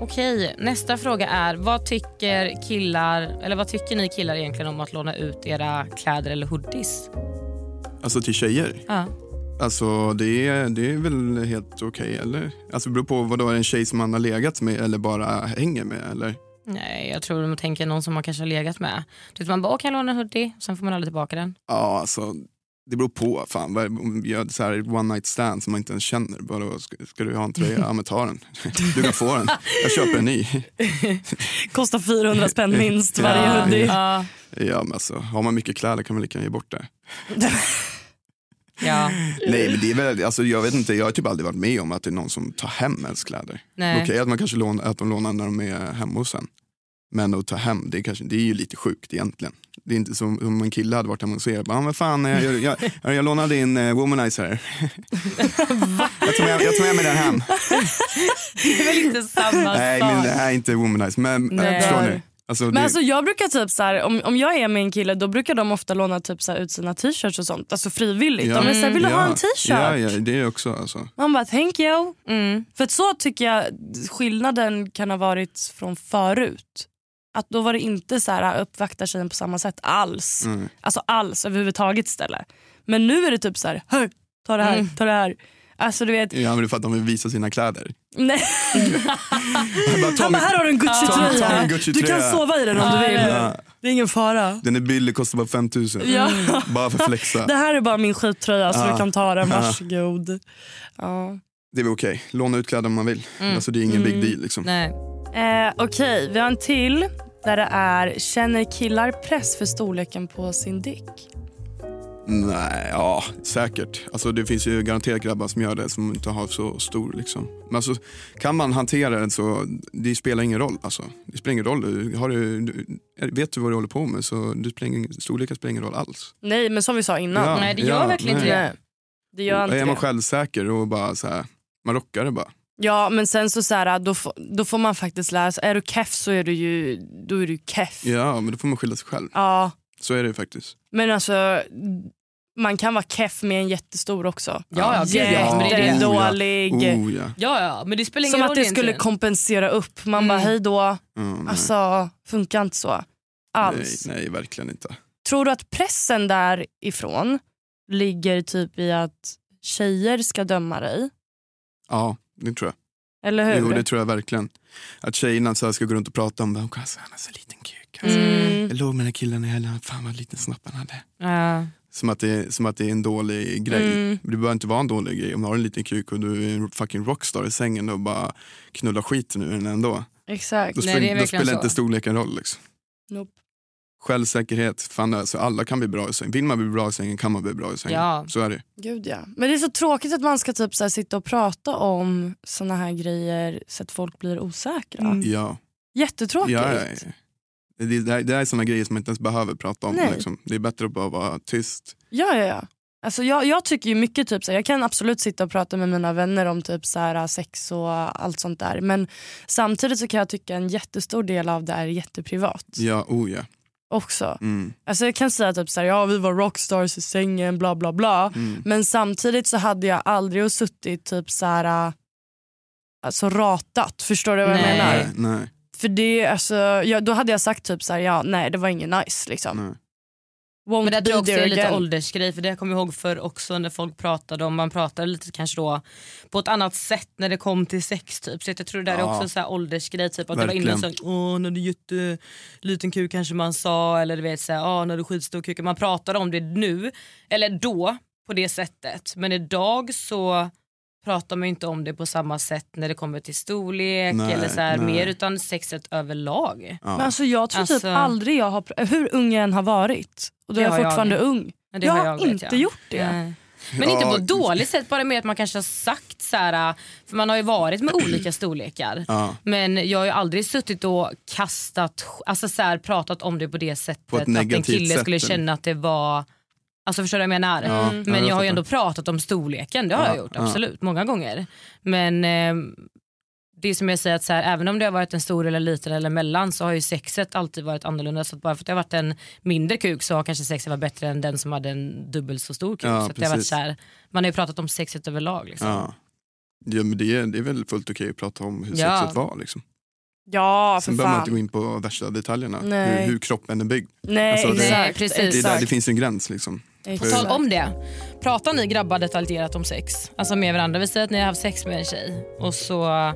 Speaker 4: Okej, nästa fråga är vad tycker killar, eller vad tycker ni killar egentligen om att låna ut era kläder eller hoodies?
Speaker 1: Alltså till tjejer?
Speaker 4: Ja.
Speaker 1: Alltså det är, det är väl helt okej eller? Alltså det beror på vad då är det en tjej som man har legat med eller bara hänger med eller?
Speaker 4: Nej, jag tror de tänker någon som man kanske har legat med. Du vet, man bara, "Åh, kan jag låna en hoodie? Sen får man aldrig tillbaka den.
Speaker 1: Ja alltså det beror på fan. Vad- Om vi gör så här one night stand som man inte ens känner. Bara, då, ska, ska du ha en tröja? Ja men ta den. Du kan få den. Jag köper en ny.
Speaker 6: Kostar 400 spänn minst varje
Speaker 1: Ja,
Speaker 6: hoodie.
Speaker 1: Ja. Ja men alltså har man mycket kläder kan man lika gärna ge bort det.
Speaker 4: Ja.
Speaker 1: Nej, men det är väl, alltså, jag vet inte, jag har typ aldrig varit med om att det är någon som tar hem ens kläder.
Speaker 4: Nej.
Speaker 1: Okej att man kanske lånar, att de lånar när de är hemma hos en. Men att ta hem, det är, kanske, det är ju lite sjukt egentligen. Det är inte som om en kille hade varit hemma hos er och bara, "Ah, men fan, jag, jag, jag, jag lånade in eh, womanizer här. jag, tar med, jag tar med mig den hem.
Speaker 4: Det är väl inte samma
Speaker 1: Nej, men det här är inte womanizer, men
Speaker 6: Alltså, Nej.
Speaker 1: äh, förstår ni? Alltså,
Speaker 6: Men
Speaker 1: det,
Speaker 6: alltså jag brukar typ så här, om, om jag är med en kille då brukar de ofta låna typ så här ut sina t-shirts och sånt. Alltså frivilligt.
Speaker 1: ja.
Speaker 6: De är så här, vill du ha
Speaker 1: Ja,
Speaker 6: en t-shirt?
Speaker 1: Ja, ja, det är också alltså.
Speaker 6: Man bara thank you.
Speaker 1: Mm.
Speaker 6: För att så tycker jag skillnaden kan ha varit från förut. Att då var det inte så här uppvakta tjejen på samma sätt alls.
Speaker 1: Mm.
Speaker 6: Alltså alls överhuvudtaget istället. Men nu är det typ så här, hör, ta det här,
Speaker 1: Mm.
Speaker 6: ta det här. Alltså du vet,
Speaker 1: Ja, men det är för att de vill visa sina kläder.
Speaker 6: nej.
Speaker 1: Jag bara, "Ta
Speaker 6: Han bara,
Speaker 1: min-
Speaker 6: här har du en
Speaker 1: ta- ta
Speaker 6: Gucci-tröja.
Speaker 1: min Gucci-tröja."
Speaker 6: du kan sova i den om du vill.
Speaker 1: Ja.
Speaker 6: Det är ingen fara.
Speaker 1: Den är billig, kostar bara 5000.
Speaker 6: Ja.
Speaker 1: Bara för att flexa.
Speaker 6: Det
Speaker 1: Det,
Speaker 6: här är bara min skittröja så
Speaker 1: Ja.
Speaker 6: du kan ta den,
Speaker 1: Ja.
Speaker 6: varsågod. Ja.
Speaker 1: är väl okej. Låna ut kläder om man vill.
Speaker 6: Mm.
Speaker 1: Alltså, det är ingen
Speaker 6: Mm.
Speaker 1: big deal. Liksom.
Speaker 4: Nej.
Speaker 6: Eh, Okej, vi har en till där det är känner killar press för storleken på sin dick?
Speaker 1: Nej, ja, säkert. Alltså, det finns ju garanterat grabbar som gör det som inte har så stor. Liksom. Men alltså, kan man hantera det så det spelar ingen roll. Alltså. Det spelar ingen roll. Du- Har du, du, vet du vad du håller på med så det spelar ingen, storleken spelar ingen roll alls.
Speaker 6: Nej, men som vi sa innan. Mm.
Speaker 1: Ja, Nej, det gör ja, verkligen inte nej. det.
Speaker 6: Det gör
Speaker 1: är
Speaker 6: inte
Speaker 1: man
Speaker 6: det.
Speaker 1: självsäker och bara så här, man rockar det bara.
Speaker 6: Ja, men sen så, så här, då, får- då får man faktiskt lära sig. Är du keff så är du ju, då är du keff.
Speaker 1: Ja, men då får man skylla sig själv.
Speaker 6: Ja,
Speaker 1: Så är det ju faktiskt.
Speaker 6: men alltså man kan vara keff med en jättestor också.
Speaker 4: Ja, ja, gud, ja. Men det är det.
Speaker 6: Jättedålig.
Speaker 1: Oh, ja. Oh, ja.
Speaker 4: Ja, ja, men det spelar ingen
Speaker 6: Som
Speaker 4: roll
Speaker 6: att det skulle
Speaker 4: egentligen.
Speaker 6: kompensera upp. Man bara hej då.
Speaker 1: Mm,
Speaker 6: Alltså, funkar inte så alls.
Speaker 1: Nej, nej, verkligen inte.
Speaker 6: Tror du att pressen därifrån ligger typ i att tjejer ska döma dig?
Speaker 1: Ja, det tror jag.
Speaker 6: Eller hur?
Speaker 1: Jo, det tror jag verkligen. Att tjejerna så här ska gå runt och prata om hon alltså, han har så liten kuk. Alltså.
Speaker 6: Mm.
Speaker 1: Jag låg med den här killen i helgen, fan vad liten snopp han hade.
Speaker 4: Ja.
Speaker 1: Som att, det, som att det är en dålig grej.
Speaker 4: Mm.
Speaker 1: Men Det behöver inte vara en dålig grej. Om du har en liten kuk och du är en fucking rockstar i sängen och bara knullar skiten ur den ändå.
Speaker 6: Exakt.
Speaker 1: Då,
Speaker 6: Nej,
Speaker 1: spel-
Speaker 6: det är
Speaker 1: då
Speaker 6: verkligen
Speaker 1: spelar inte
Speaker 6: så.
Speaker 1: storleken roll. Liksom.
Speaker 6: Nope.
Speaker 1: Självsäkerhet, fan, alltså, alla kan bli bra i sängen. Vill man bli bra i sängen kan man bli bra i sängen.
Speaker 6: Ja.
Speaker 1: Så är det.
Speaker 6: Gud ja. Men det är så tråkigt att man ska typ så här sitta och prata om såna här grejer så att folk blir osäkra.
Speaker 1: Ja.
Speaker 6: Jättetråkigt.
Speaker 1: Mm. Ja, ja, ja. Det, det, här- det här är såna grejer som man inte ens behöver prata om.
Speaker 6: Nej.
Speaker 1: Liksom. Det är bättre att bara vara tyst.
Speaker 6: Ja, ja, ja. Alltså jag, jag tycker ju mycket typ så här, jag kan absolut sitta och prata med mina vänner om typ så här, sex och allt sånt där. Men samtidigt så kan jag tycka en jättestor del av det är jätteprivat
Speaker 1: Ja, oh ja.
Speaker 6: också.
Speaker 1: Mm.
Speaker 6: Alltså jag kan säga typ så här, ja vi var rockstars i sängen bla bla bla.
Speaker 1: Mm.
Speaker 6: Men samtidigt så hade jag aldrig suttit typ så här äh, alltså ratat, förstår du vad jag
Speaker 1: Nej.
Speaker 6: menar?
Speaker 1: Nej, Eh, nej.
Speaker 6: För det alltså, ja, då hade jag sagt typ så här, ja nej det var inget nice liksom. Won't
Speaker 4: Men det tror jag också
Speaker 6: be
Speaker 4: är
Speaker 6: there
Speaker 4: lite
Speaker 6: again.
Speaker 4: åldersgrej för det kommer jag ihåg förr också när folk pratade om, man pratade lite kanske då på ett annat sätt när det kom till sex typ. Så att jag tror det där är
Speaker 12: Ja.
Speaker 4: också en så här åldersgrej typ att det var
Speaker 12: Verkligen.
Speaker 4: innan så här, åh när du är jätteliten kuk kanske man sa eller du vet så här, åh när du är skitstor kuk. Man pratar om det nu, eller då på det sättet. Men idag så pratar man ju inte om det på samma sätt när det kommer till storlek
Speaker 6: Nej,
Speaker 4: eller så här,
Speaker 6: nej.
Speaker 4: mer utan sexet överlag.
Speaker 6: Men alltså jag tror typ
Speaker 4: Alltså-
Speaker 6: aldrig jag har, pr- hur ung jag än har varit och då är
Speaker 4: Det
Speaker 6: jag
Speaker 4: har jag
Speaker 6: fortfarande
Speaker 4: aldrig.
Speaker 6: ung.
Speaker 4: Men det
Speaker 6: jag
Speaker 4: har
Speaker 6: har
Speaker 4: jag aldrig,
Speaker 6: inte
Speaker 4: ja.
Speaker 6: gjort det.
Speaker 4: Nej. Men inte
Speaker 1: Ja.
Speaker 4: på ett dåligt sätt, bara med att man kanske har sagt så här, för man har ju varit med olika storlekar.
Speaker 1: Ja.
Speaker 4: Men jag har ju aldrig suttit och kastat, alltså så här, pratat om det på det sättet
Speaker 1: På ett
Speaker 4: att en
Speaker 1: negativt
Speaker 4: kille
Speaker 1: sätt,
Speaker 4: skulle
Speaker 1: eller?
Speaker 4: känna att det var, alltså förstår du vad jag menar?
Speaker 1: Ja, Mm. ja,
Speaker 4: Men
Speaker 1: jag
Speaker 4: jag har ju
Speaker 1: fattar.
Speaker 4: ändå pratat om storleken, det har
Speaker 1: Ja,
Speaker 4: jag gjort
Speaker 1: ja.
Speaker 4: absolut, många gånger. Men eh, det är som jag säger, att så här, även om det har varit en stor eller liten eller mellan så har ju sexet alltid varit annorlunda. Så att bara för att det har varit en mindre kuk så har kanske sexet varit bättre än den som hade en dubbelt så stor kuk.
Speaker 1: Ja,
Speaker 4: så att det har varit
Speaker 1: precis.
Speaker 4: så här, man har ju pratat om sexet överlag. Liksom.
Speaker 1: Ja. Ja, men det, är, det är väl fullt okej att prata om hur
Speaker 4: Ja.
Speaker 1: sexet var. Liksom.
Speaker 6: Ja, för
Speaker 1: Sen behöver man inte
Speaker 6: fan.
Speaker 1: gå in på värsta detaljerna, hur,
Speaker 6: Nej.
Speaker 1: hur kroppen är byggd.
Speaker 6: Nej,
Speaker 1: Alltså, det,
Speaker 4: exakt,
Speaker 1: det, är där
Speaker 4: exakt.
Speaker 1: det finns en gräns. Liksom.
Speaker 4: På
Speaker 1: För-
Speaker 4: tal om det, pratar ni grabbar detaljerat om sex? Alltså med varandra? Vi säger att ni har haft sex med en tjej och så,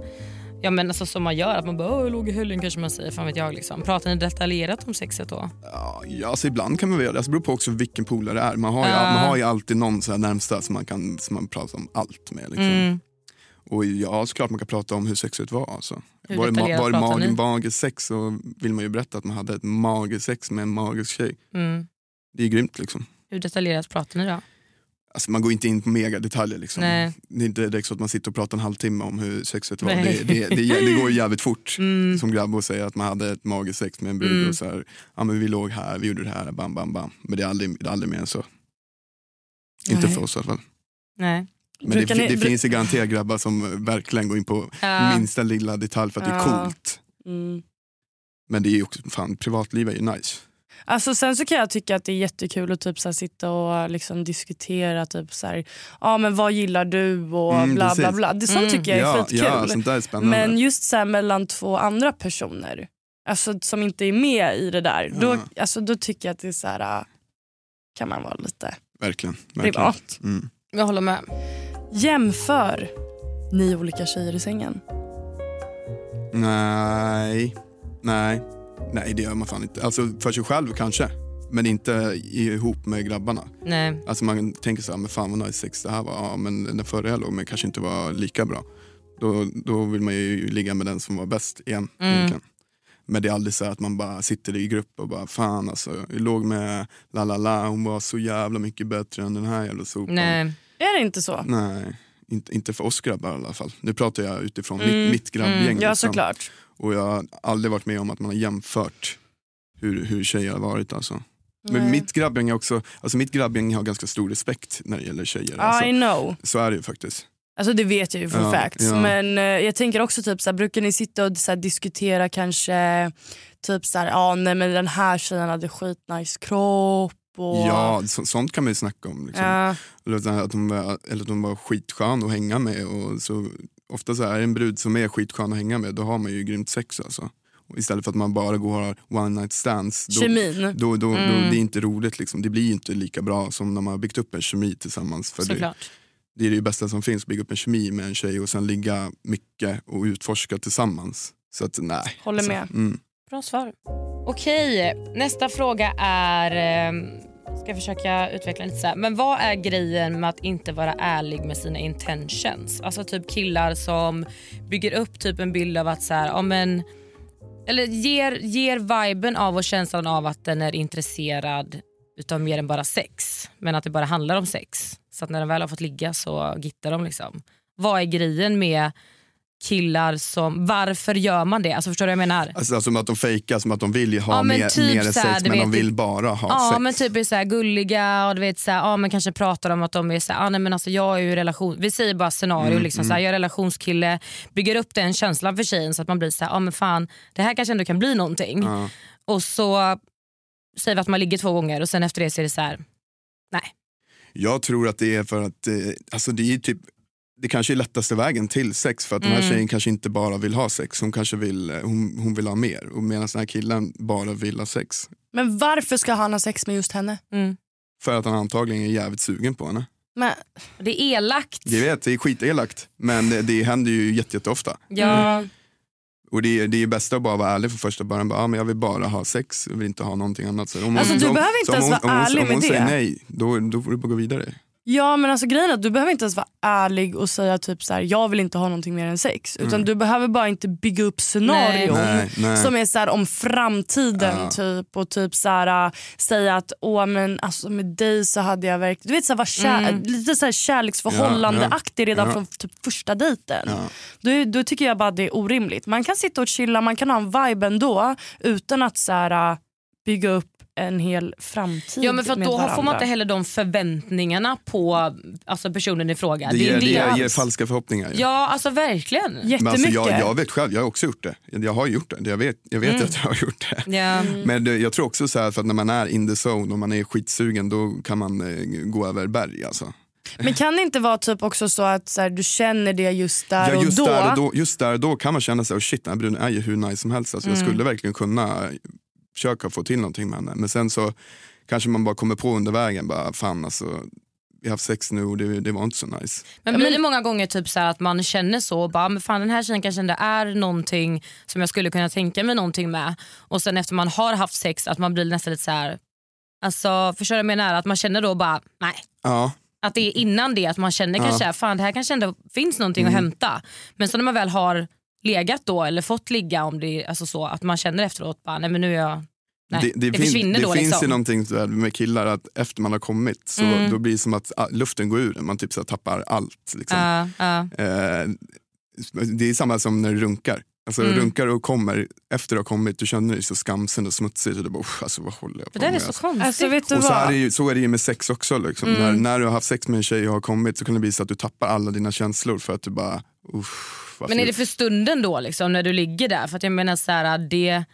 Speaker 4: ja men alltså som man gör, att man bara "Åh, jag låg i helgen kanske man säger, fan vet jag liksom. Pratar ni detaljerat om sexet då?
Speaker 1: Ja, alltså ibland kan man väl göra det. Alltså, det beror på också vilken polare det är. Man har ju,
Speaker 4: Ja.
Speaker 1: man har ju alltid någon så här närmsta som man kan som man pratar om allt med. Liksom.
Speaker 4: Mm.
Speaker 1: Och ja, såklart man kan prata om hur sexet var. Alltså.
Speaker 4: Hur
Speaker 1: Var det, ma-
Speaker 4: detaljerat
Speaker 1: var det
Speaker 4: pratar ni?
Speaker 1: mag- magiskt sex så vill man ju berätta att man hade ett magiskt sex med en magisk tjej.
Speaker 4: Mm.
Speaker 1: Det är grymt liksom.
Speaker 4: Hur detaljerat pratar ni då?
Speaker 1: Alltså, man går inte in på megadetaljer. Liksom.
Speaker 4: Nej.
Speaker 1: Det är inte direkt så att man sitter och pratar en halvtimme om hur sexet var.
Speaker 4: Nej.
Speaker 1: Det, det, det, det går ju jävligt fort
Speaker 4: Mm.
Speaker 1: som grabb och säga att man hade ett magiskt sex med en brud
Speaker 4: Mm.
Speaker 1: och så här, ja, men vi låg här, vi gjorde det här, bam bam bam. Men det är aldrig, det är aldrig mer än så. Inte
Speaker 4: Nej.
Speaker 1: för oss i alla fall.
Speaker 4: Nej.
Speaker 1: Men det, det finns ju garanterat grabbar som verkligen går in på
Speaker 4: Ja.
Speaker 1: minsta lilla detalj för att det är coolt.
Speaker 6: Mm.
Speaker 1: Men det är ju också, fan privatliv är ju nice.
Speaker 6: Alltså, sen så kan jag tycka att det är jättekul att typ, så här, sitta och liksom, diskutera typ, så här, ah, men vad gillar du och
Speaker 1: Mm,
Speaker 6: bla bla
Speaker 1: precis.
Speaker 6: bla. Det, sånt
Speaker 1: Mm.
Speaker 6: tycker jag är
Speaker 1: Ja,
Speaker 6: skitkul.
Speaker 1: ja, sånt där är spännande.
Speaker 6: Men just så här, mellan två andra personer alltså, som inte är med i det där, då,
Speaker 1: Mm.
Speaker 6: alltså, då tycker jag att det är så här, ah, kan man vara lite...
Speaker 1: Verkligen. verkligen.
Speaker 6: Privat.
Speaker 1: Mm.
Speaker 4: Eh, Jag håller med.
Speaker 6: Jämför ni olika tjejer i sängen.
Speaker 1: Nej, nej, nej det gör man fan inte. Alltså för sig själv kanske, men inte ihop med grabbarna.
Speaker 4: Nej.
Speaker 1: Alltså man tänker så här, men fan vad nice sex det här var. Ja, men den förra jag låg med kanske inte var lika bra. Då, då vill man ju ligga med den som var bäst igen.
Speaker 4: Mm.
Speaker 1: Egentligen. Men det är aldrig så här att man bara sitter i grupp och bara fan alltså, jag låg med la la la, hon var så jävla mycket bättre än den här jävla sopan.
Speaker 6: Är det inte så?
Speaker 1: Nej, inte, inte för oss grabbar i alla fall. Nu pratar jag utifrån
Speaker 6: Mm,
Speaker 1: mitt, mitt grabbgäng.
Speaker 6: mm, ja,
Speaker 1: liksom.
Speaker 6: såklart.
Speaker 1: Och jag har aldrig varit med om att man har jämfört hur, hur tjejer har varit. Alltså. Men
Speaker 6: Nej.
Speaker 1: mitt grabbgäng, är också, alltså mitt grabbgäng har ganska stor respekt när det gäller tjejer. alltså.
Speaker 6: I know.
Speaker 1: Så är det ju faktiskt.
Speaker 6: Alltså det vet jag ju för
Speaker 1: Ja,
Speaker 6: facts.
Speaker 1: ja.
Speaker 6: Men eh, jag tänker också typ så här, brukar ni sitta och så här, diskutera kanske typ så här, ja nej men den här tjejen hade skitnice kropp och...
Speaker 1: Ja, så, sånt kan man ju snacka om. Liksom.
Speaker 6: Ja.
Speaker 1: Eller, så här att de, var- eller att de var skitskön att hänga med. Och så, ofta så här, är det en brud som är skitskön att hänga med, då har man ju grymt sex. Alltså. Och istället för att man bara går och har one night stands, då,
Speaker 6: Kemin.
Speaker 1: då, då,
Speaker 6: Mm.
Speaker 1: då, det är inte roligt. Liksom. Det blir ju inte lika bra som när man har byggt upp en kemi tillsammans. För det,
Speaker 4: Såklart.
Speaker 1: det är det bästa som finns, bygga upp en kemi med en tjej och sen ligga mycket och utforska tillsammans. Så att nej.
Speaker 4: Håller
Speaker 1: alltså,
Speaker 4: med.
Speaker 1: Mm.
Speaker 4: Bra svar. Okej, nästa fråga är... ehm, Ska jag försöka utveckla lite så här. Men vad är grejen med att inte vara ärlig med sina intentions? Alltså typ killar som bygger upp typ en bild av att så här, ja men... Eller ger, ger viben av och känslan av att den är intresserad utav mer än bara sex. Men att det bara handlar om sex. Så att när de väl har fått ligga så gittar de liksom. Vad är grejen med killar som... Varför gör man det? Alltså förstår du vad jag menar?
Speaker 1: Alltså, som att de fejkar, som att de vill ju ha
Speaker 4: Ja, men
Speaker 1: mer,
Speaker 4: typ
Speaker 1: mer
Speaker 4: så här,
Speaker 1: sex
Speaker 4: du
Speaker 1: men
Speaker 4: vet,
Speaker 1: de
Speaker 4: det-
Speaker 1: vill bara ha
Speaker 4: ja,
Speaker 1: sex.
Speaker 4: men typ är så här gulliga och du vet så här, ja, men kanske pratar om att de är så här, ah, nej, men alltså jag är ju i relation, vi säger bara scenario,
Speaker 12: Mm,
Speaker 4: liksom,
Speaker 12: mm.
Speaker 4: Så här, jag är relationskille, bygger upp den känslan för tjejen så att man blir så här, ah, men fan det här kanske ändå kan bli någonting.
Speaker 12: Ja.
Speaker 4: Och så säger vi att man ligger två gånger och sen efter det så är det så här, nej.
Speaker 1: Jag tror att det är för att eh, alltså det är ju typ det kanske är lättaste vägen till sex för att den här
Speaker 4: Mm.
Speaker 1: tjejen kanske inte bara vill ha sex, hon kanske vill, eh, hon, hon vill ha mer och medan den här killen bara vill ha sex.
Speaker 6: Men varför ska han ha sex med just henne?
Speaker 1: För att han antagligen är jävligt sugen på henne.
Speaker 6: Men...
Speaker 4: Det är elakt.
Speaker 1: Jag vet, det är skitelakt men det, det händer ju jätte, jätteofta.
Speaker 6: Mm.
Speaker 4: Ja.
Speaker 1: Och det är, det är bäst att bara vara ärlig från första början. Bara, ah, men jag vill bara ha sex, jag vill inte ha någonting annat. Så om
Speaker 6: Alltså, du behöver inte
Speaker 1: så om
Speaker 6: ens
Speaker 1: hon-
Speaker 6: vara
Speaker 1: om hon-
Speaker 6: ärlig
Speaker 1: Om hon
Speaker 6: med
Speaker 1: säger
Speaker 6: det.
Speaker 1: nej, då, då får du bara gå vidare.
Speaker 6: Ja men alltså grejen är att du behöver inte ens vara ärlig och säga typ så här, jag vill inte ha någonting mer än sex.
Speaker 1: Mm.
Speaker 6: Utan du behöver bara inte bygga upp scenarion
Speaker 1: Nej, nej.
Speaker 6: som är så här, om framtiden
Speaker 1: Ja.
Speaker 6: typ och typ så här, äh, säga att åh men alltså med dig så hade jag verkligen, du vet så här, var kär,
Speaker 12: Mm.
Speaker 6: lite så här
Speaker 12: Ja,
Speaker 6: kärleksförhållandeaktig
Speaker 12: ja.
Speaker 6: redan
Speaker 12: Ja.
Speaker 6: från typ första dejten. Då, då tycker jag bara att det är orimligt. Man kan sitta och chilla, man kan ha en vibe ändå utan att så här, äh, bygga upp en hel framtid
Speaker 4: Ja men för att
Speaker 6: med
Speaker 4: då får man
Speaker 6: varandra.
Speaker 4: inte heller de förväntningarna på alltså, personen i fråga.
Speaker 1: Det
Speaker 4: är
Speaker 1: ger, det ger,
Speaker 4: allt.
Speaker 1: ger falska förhoppningar. ju.
Speaker 4: Ja alltså verkligen.
Speaker 1: Men alltså, jag, jag vet själv, jag har också gjort det. Jag har gjort det, jag vet, jag vet
Speaker 4: Mm.
Speaker 1: att jag har gjort det.
Speaker 4: Ja. Mm.
Speaker 1: Men det, jag tror också så här, för att när man är in the zone och man är skitsugen då kan man eh, gå över berg alltså.
Speaker 6: Men kan det inte vara typ också så att så här, du känner det just där,
Speaker 1: ja, just,
Speaker 6: och, då,
Speaker 1: där och då, just där och då kan man känna sig, oh shit den här bruden är ju hur nice som helst. Alltså, Jag
Speaker 6: Mm.
Speaker 1: skulle verkligen kunna försöka få till någonting med henne. Men sen så kanske man bara kommer på under vägen, bara, fan alltså, vi har haft sex nu och det, det var inte så nice.
Speaker 4: Men blir det många gånger typ så här att man känner så, och bara, men fan den här tjejen kanske ändå är någonting som jag skulle kunna tänka mig någonting med. Och sen efter man har haft sex att man blir nästan lite så här, alltså förstår du vad jag menar? Att man känner då bara nej.
Speaker 1: Ja.
Speaker 4: Att det är innan det att man känner
Speaker 1: Ja.
Speaker 4: kanske så här, fan det här kanske ändå finns någonting
Speaker 1: Mm.
Speaker 4: att hämta. Men så när man väl har legat då eller fått ligga om det är- alltså så att man känner efteråt bara nej men nu är jag, nej, det,
Speaker 1: finns-
Speaker 4: försvinner
Speaker 1: det
Speaker 4: då
Speaker 1: finns
Speaker 4: liksom.
Speaker 1: ju någonting så här med killar att efter man har kommit så
Speaker 4: Mm.
Speaker 1: då blir det som att ah, luften går ur en. man typ så här tappar allt. Liksom.
Speaker 4: Ja, ja.
Speaker 1: Eh, det är samma som när du runkar. Alltså
Speaker 4: Mm.
Speaker 1: runkar och kommer, efter du har kommit, du känner dig så skamsen och smutsig. Så du bara, "Uff, alltså, vad håller jag på
Speaker 4: Det där är
Speaker 1: med?
Speaker 4: så
Speaker 1: Alltså.
Speaker 4: konstigt.
Speaker 6: Alltså, vet du
Speaker 1: Och så
Speaker 6: vad?
Speaker 1: är, det ju, så är det ju med sex också. Liksom.
Speaker 6: Mm.
Speaker 1: När, när du har haft sex med en tjej och har kommit så kan det bli så att du tappar alla dina känslor för att du bara, uff, varför-
Speaker 4: Men är det för stunden då liksom, när du ligger där? För att jag menar så här, äh, det...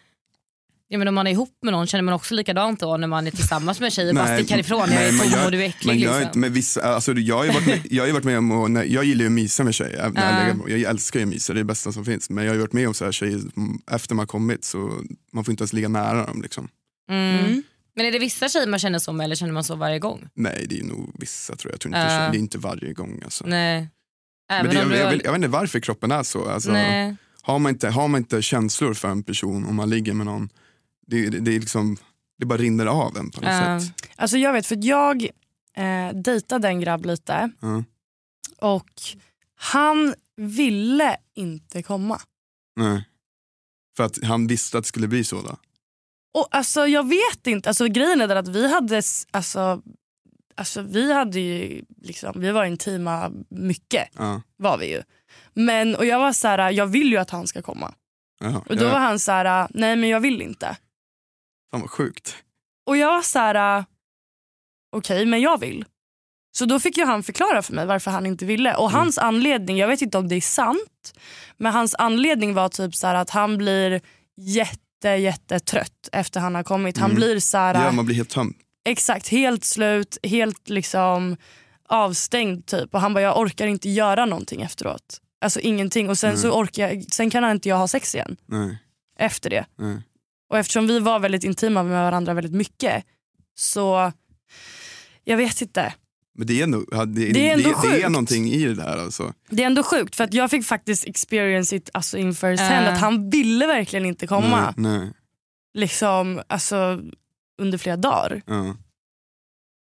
Speaker 4: Jag menar, om man är ihop med någon känner man också likadant då när man är tillsammans med en tjej och bara
Speaker 1: Nej,
Speaker 4: sticker ifrån.
Speaker 1: nej,
Speaker 4: jag är
Speaker 1: men
Speaker 4: tom och du är äcklig.
Speaker 1: men jag, är
Speaker 4: liksom.
Speaker 1: inte, men vissa, alltså, jag, har ju varit med, jag har ju varit med om, och, när- jag gillar ju att mysa med tjejer, även när jag,
Speaker 4: Ja.
Speaker 1: lägger- jag älskar ju att mysa, det är det bästa som finns. Men jag har ju varit med om så här tjejer, mm, efter man kommit så man får inte ens ligga nära dem. Liksom.
Speaker 4: mm. men är det vissa tjejer man känner så med eller känner man så varje gång?
Speaker 1: Nej det är nog vissa tror jag, jag tror inte,
Speaker 4: Ja.
Speaker 1: det är inte varje gång. Alltså.
Speaker 4: Nej.
Speaker 1: Men
Speaker 4: Även
Speaker 1: det, jag,
Speaker 4: om du
Speaker 1: jag,
Speaker 4: har-
Speaker 1: vet- jag vet inte varför kroppen är så. Alltså,
Speaker 4: Nej.
Speaker 1: har, man inte, har man inte känslor för en person om man ligger med någon, det, det, det, är liksom, det bara rinner av en på något sätt.
Speaker 6: Alltså jag vet för att jag eh, dejtade en grabb lite
Speaker 1: Ja.
Speaker 6: och han ville inte komma.
Speaker 1: Nej. För att han visste att det skulle bli så då?
Speaker 6: Och alltså jag vet inte, alltså grejen är den att vi hade, s- alltså, alltså vi hade ju liksom, vi var intima mycket
Speaker 1: Ja.
Speaker 6: var vi ju. Men och jag var så här, jag vill ju att han ska komma.
Speaker 1: Jaha,
Speaker 6: Och då
Speaker 1: ja.
Speaker 6: var han så här, nej men jag vill inte.
Speaker 1: Fan vad sjukt.
Speaker 6: Och jag var så här, äh, okej men jag vill. Så då fick ju han förklara för mig varför han inte ville. Och
Speaker 1: Mm.
Speaker 6: hans anledning, jag vet inte om det är sant, men hans anledning var typ så här att han blir jätte, jättetrött efter han har kommit. Han
Speaker 1: Mm.
Speaker 6: blir så här,
Speaker 1: Ja,
Speaker 6: äh,
Speaker 1: man blir helt tömd.
Speaker 6: exakt helt slut, helt liksom avstängd typ. Och han bara, jag orkar inte göra någonting efteråt. Alltså ingenting. Och sen,
Speaker 1: Nej.
Speaker 6: så orkar jag, sen kan han inte jag ha sex igen
Speaker 1: Nej,
Speaker 6: efter det.
Speaker 1: nej.
Speaker 6: Och eftersom vi var väldigt intima med varandra väldigt mycket så jag vet inte.
Speaker 1: Men det är, ändå, ja, det,
Speaker 6: Det är ändå
Speaker 1: det, det är
Speaker 6: sjukt.
Speaker 1: någonting i det där alltså.
Speaker 6: Det är ändå sjukt för att jag fick faktiskt experience it alltså in first hand
Speaker 4: Äh.
Speaker 6: att han ville verkligen inte komma
Speaker 1: Nej, nej.
Speaker 6: liksom alltså under flera dagar.
Speaker 1: Ja.